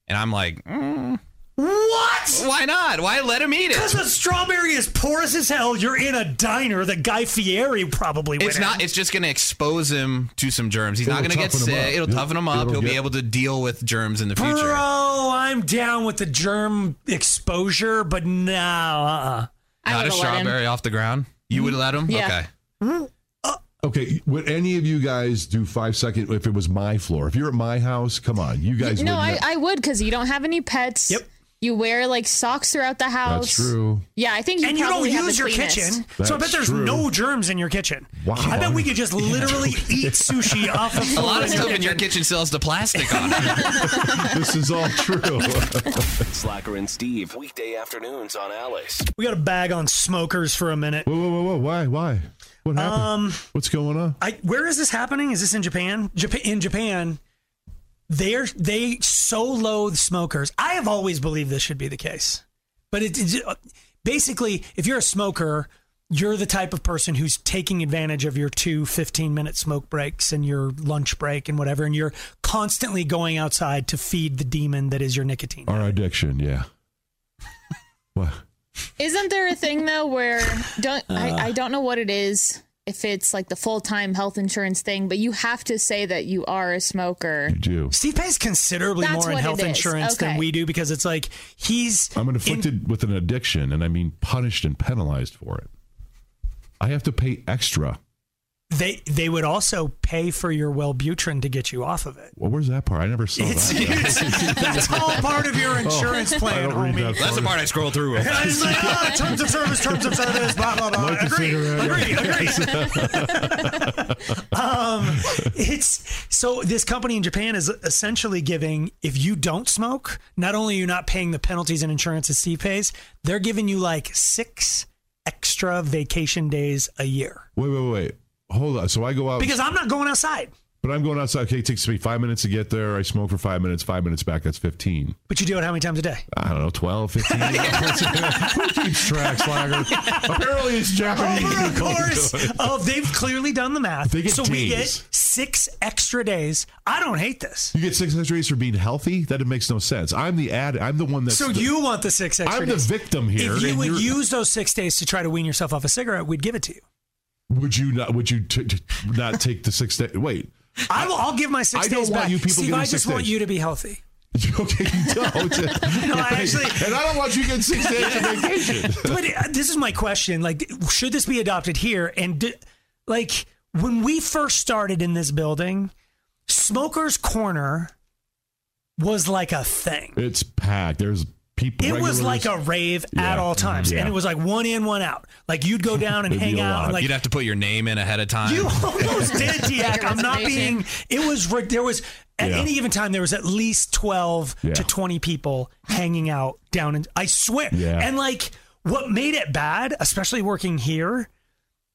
S10: and I'm like, "Mm,
S3: What? Yes.
S10: Why not? Why let him eat it?
S3: Because a strawberry is porous as hell. You're in a diner that Guy Fieri probably went
S10: It's not. It's just going to expose him to some germs. He's not
S3: It'll
S10: going to get
S3: toughen him up.
S10: sick. It'll
S3: It'll-
S10: toughen him up.
S3: it'll
S10: He'll be
S3: get-
S10: able to deal with germs in the
S3: in.
S10: future.
S3: Bro, I'm down with the germ exposure, but no. Uh-uh.
S10: Not a strawberry off the ground. You would let him?
S3: Yeah.
S10: Okay.
S4: Uh, Okay, would any of you guys do five second if it was my floor? If you're at my house, come on, you guys.
S9: no, I,
S4: wouldn't.
S9: I would because you don't have any pets. Yep. You wear like socks throughout the house.
S4: That's true.
S9: Yeah, I think you
S3: and you don't
S9: probably have
S3: use your
S9: the cleanest.
S3: kitchen, so I bet
S4: That's
S3: there's
S4: true.
S3: no germs in your kitchen.
S4: Wow.
S3: I bet we could just literally eat sushi off the
S10: A
S3: floor.
S10: lot of stuff in your kitchen sells the plastic on it.
S4: this is all true.
S2: Slacker and Steve, weekday afternoons on Alice.
S3: We got a bag on smokers for a minute.
S4: Whoa, whoa, whoa, whoa! Why, why? What happened?
S3: Um,
S4: What's going on?
S3: I where is this happening? Is this in Japan? Japan in Japan, they're they so loathe smokers. I have always believed this should be the case, but it, it's basically if you're a smoker, you're the type of person who's taking advantage of your two 15 minute smoke breaks and your lunch break and whatever, and you're constantly going outside to feed the demon that is your nicotine.
S4: Our addiction, yeah. what?
S9: Isn't there a thing though where don't
S4: Uh.
S9: I, I don't know what it is if it's like the full time health insurance thing, but you have to say that you are a smoker.
S4: do.
S3: Steve pays considerably
S9: That's
S3: more in
S9: what it
S3: health
S9: is.
S3: insurance than
S9: Okay.
S3: we do because it's like he's
S4: I'm afflicted with an addiction, and I mean punished and penalized for it. I have to pay extra.
S3: They they would also pay for your Wellbutrin to get you off of it.
S4: Well, where's that part? I never saw
S3: It's-
S4: that. Oh.
S3: it's- that's all part of your insurance
S4: I
S3: plan,
S4: don't read
S3: homie.
S4: that
S10: That's the part I scroll through. real fast.
S3: It's like, ah, terms of service, terms of service, blah blah blah.
S4: Light the
S3: agree, agree,
S4: cigarette.
S3: agree. um, it's so this company in Japan is essentially giving if you don't smoke, not only are you not paying the penalties and insurance that Steve pays, they're giving you like six extra vacation days a year
S4: Wait, wait, wait. Hold on. So I go out
S3: because I'm not going outside.
S4: but I'm going outside. Okay, it takes me five minutes to get there. I smoke for five minutes. Five minutes back. That's fifteen.
S3: But you do it how many times a day?
S4: I don't know, 12, 15. Who keeps track, Slacker? Apparently, it's Japanese.
S3: Over a course of they've clearly done the math.
S4: They get
S3: so we
S4: days.
S3: get six extra days. I don't hate this.
S4: You get six extra days for being healthy. That makes no sense. I'm the ad. I'm the one that's.
S3: so
S4: the-
S3: you want the six extra?
S4: I'm the
S3: days.
S4: victim here,
S3: If you
S4: and
S3: would
S4: you're-
S3: use those six days to try to wean yourself off a cigarette, we'd give it to you.
S4: would you not? Would you t- t- not take the six day? Wait.
S3: I will. I'll give my six
S4: I don't
S3: days
S4: want
S3: back.
S4: you people
S3: Steve,
S4: getting
S3: I
S4: six
S3: just want
S4: days.
S3: you to be healthy.
S4: okay, you don't.
S3: No, I actually.
S4: and I don't want you getting six days of vacation.
S3: but uh, this is my question: like, should this be adopted here? And d like, when we first started in this building, Smoker's Corner was like a thing.
S4: It's packed. There's people.
S3: It was like a rave at
S10: Yeah.
S3: all times,
S10: Yeah.
S3: and it was like one in, one out. Like you'd go down and
S10: It'd be
S3: hang
S10: a
S3: out,
S10: lot.
S3: and like
S10: You'd have to put your name in ahead of time.
S3: you almost did, Diak. I'm not being.
S10: Reservation.
S3: It was ri- there was at
S10: Yeah.
S3: any given time there was at least twelve
S10: Yeah.
S3: to twenty people hanging out down in. I swear.
S4: Yeah.
S3: And like what made it bad, especially working here,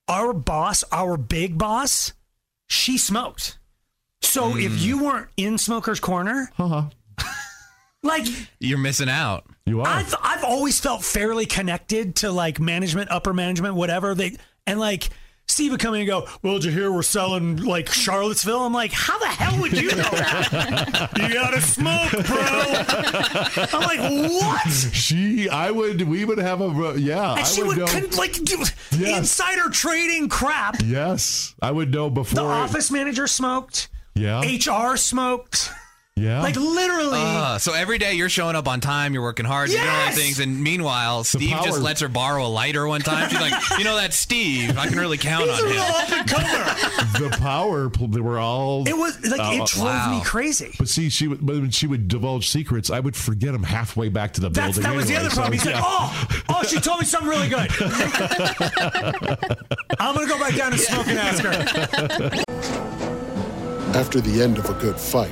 S3: our boss, our big boss, she smoked. So
S10: Mm.
S3: if you weren't in Smoker's Corner,
S10: Uh-huh.
S3: like
S10: You're missing out.
S4: You
S3: I've I've always felt fairly connected to like management, upper management, whatever they and like Steve would come in and go, Well, did you hear we're selling like Charlottesville? I'm like, How the hell would you know that? you gotta smoke, bro. I'm like, What?
S4: She, I would, we would have a, yeah. I
S3: And she would,
S4: know,
S3: con- like do
S4: Yes.
S3: insider trading crap.
S4: yes, I would know before.
S3: The
S4: it-
S3: office manager smoked.
S4: Yeah.
S3: HR smoked.
S4: Yeah.
S3: Like literally
S10: Uh, so every day you're showing up on time, you're working hard, you're doing all
S3: Yes!
S10: the things, and meanwhile, Steve
S4: power-
S10: just lets her borrow a lighter one time. She's like, you know, that's Steve. I can really count on him.
S4: the power pl- they were all Oh,
S3: It was, like, it drove me Oh, Wow. crazy
S4: but see she would but when she would divulge secrets i would forget them halfway back to the
S3: That's,
S4: building
S3: that was the
S4: anyway,
S3: other
S4: so,
S3: problem. He's
S4: yeah.
S3: like, oh, oh, she told me something really good. I'm gonna go back down and smoke and ask her.
S22: After the end of a good fight,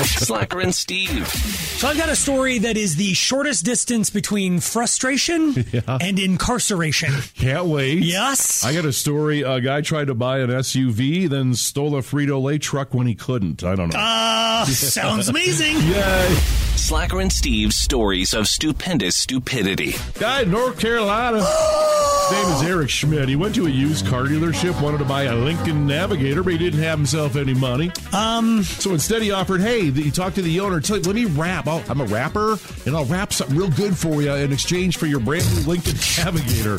S2: Slacker and Steve.
S3: So I've got a story that is the shortest distance between frustration and incarceration.
S4: Can't wait.
S3: Yes.
S4: I got a story. A guy tried to buy an SUV, then stole a Frito Lay truck when he couldn't. I don't know.
S3: Ah, sounds amazing.
S4: Yay.
S2: Slacker and Steve's stories of stupendous stupidity.
S4: Guy in North Carolina. His name is Eric Schmidt. He went to a used car dealership, wanted to buy a Lincoln Navigator, but he didn't have himself any money. Um. So instead, he offered, "Hey, th- he talked to the owner. Tell, let me wrap. I'll, I'm a rapper, and I'll wrap something real good for you in exchange for your brand new Lincoln Navigator."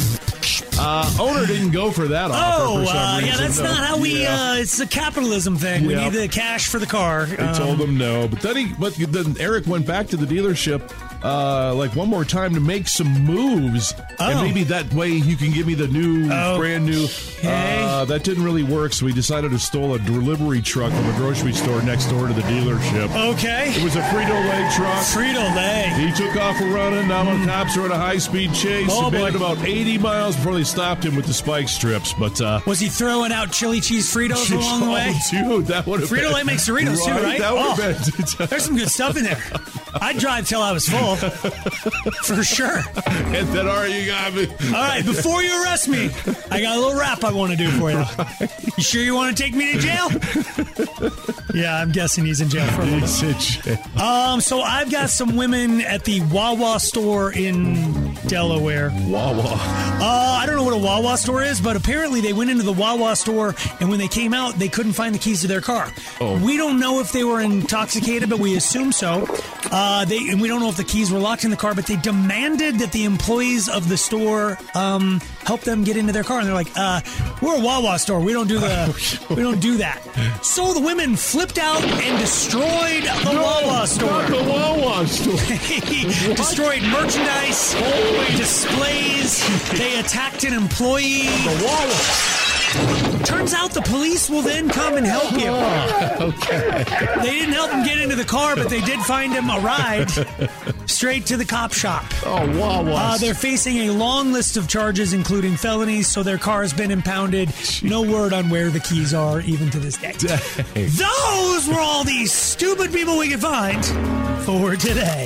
S4: Uh, owner didn't go for that offer
S3: Oh,
S4: for some
S3: uh, yeah,
S4: reason.
S3: that's
S4: No.
S3: not how we.
S4: Yeah.
S3: Uh, it's the capitalism thing. We
S4: Yeah.
S3: need the cash for the car. Um,
S4: They told him no, but then he, but then Eric went back to the dealership, uh, like one more time to make some moves, and
S3: Oh.
S4: maybe that way you can give me the new, brand new.
S3: Okay.
S4: Uh, that didn't really work, so we decided to stole a delivery truck from a grocery store next door to the dealership.
S3: Okay.
S4: It was a Frito Lay truck.
S3: Frito Lay. Mm.
S4: He took off running. Now the cops are at a high speed chase.
S3: Oh,
S4: He made
S3: boy.
S4: it about 80 miles before they stopped him with the spike strips. But uh,
S3: Was he throwing out chili cheese Fritos along the way?
S4: Oh, dude, that would have
S3: Frito Lay
S4: been-
S3: makes Doritos too, right?
S4: That would have been
S3: Oh, there's some good stuff in there. I'd drive till I was full, for sure.
S4: And then, all right, you got me.
S3: All right, before you arrest me, I got a little rap I want to do for you. You sure you want to take me to jail? Yeah, I'm guessing he's in jail for a little
S4: He's in jail.
S3: Um, so I've got some women at the Wawa store in Delaware.
S4: Wawa.
S3: Uh, I don't know what a Wawa store is, but apparently they went into the Wawa store and when they came out, they couldn't find the keys to their car. Oh. We don't know if they were intoxicated, but we assume so. Uh, they and we don't know if the keys were locked in the car, but they demanded that the employees of the store um, help them get into their car, and they're like, uh, "We're a Wawa store. We don't do the we don't do that." So the women flipped out and destroyed the
S4: No,
S3: Wawa store.
S4: not the Wawa store.
S3: destroyed merchandise, displays. They attacked an employee. The Wawa. Turns out the police will then come and help you.
S4: Ah,
S3: They didn't help him get into the car, but they did find him a ride straight to the cop shop.
S4: Oh, wow!
S3: Uh, they're facing a long list of charges, including felonies, so their car has been impounded. No word on where the keys are, even to this day. Those were all the stupid people we could find for today.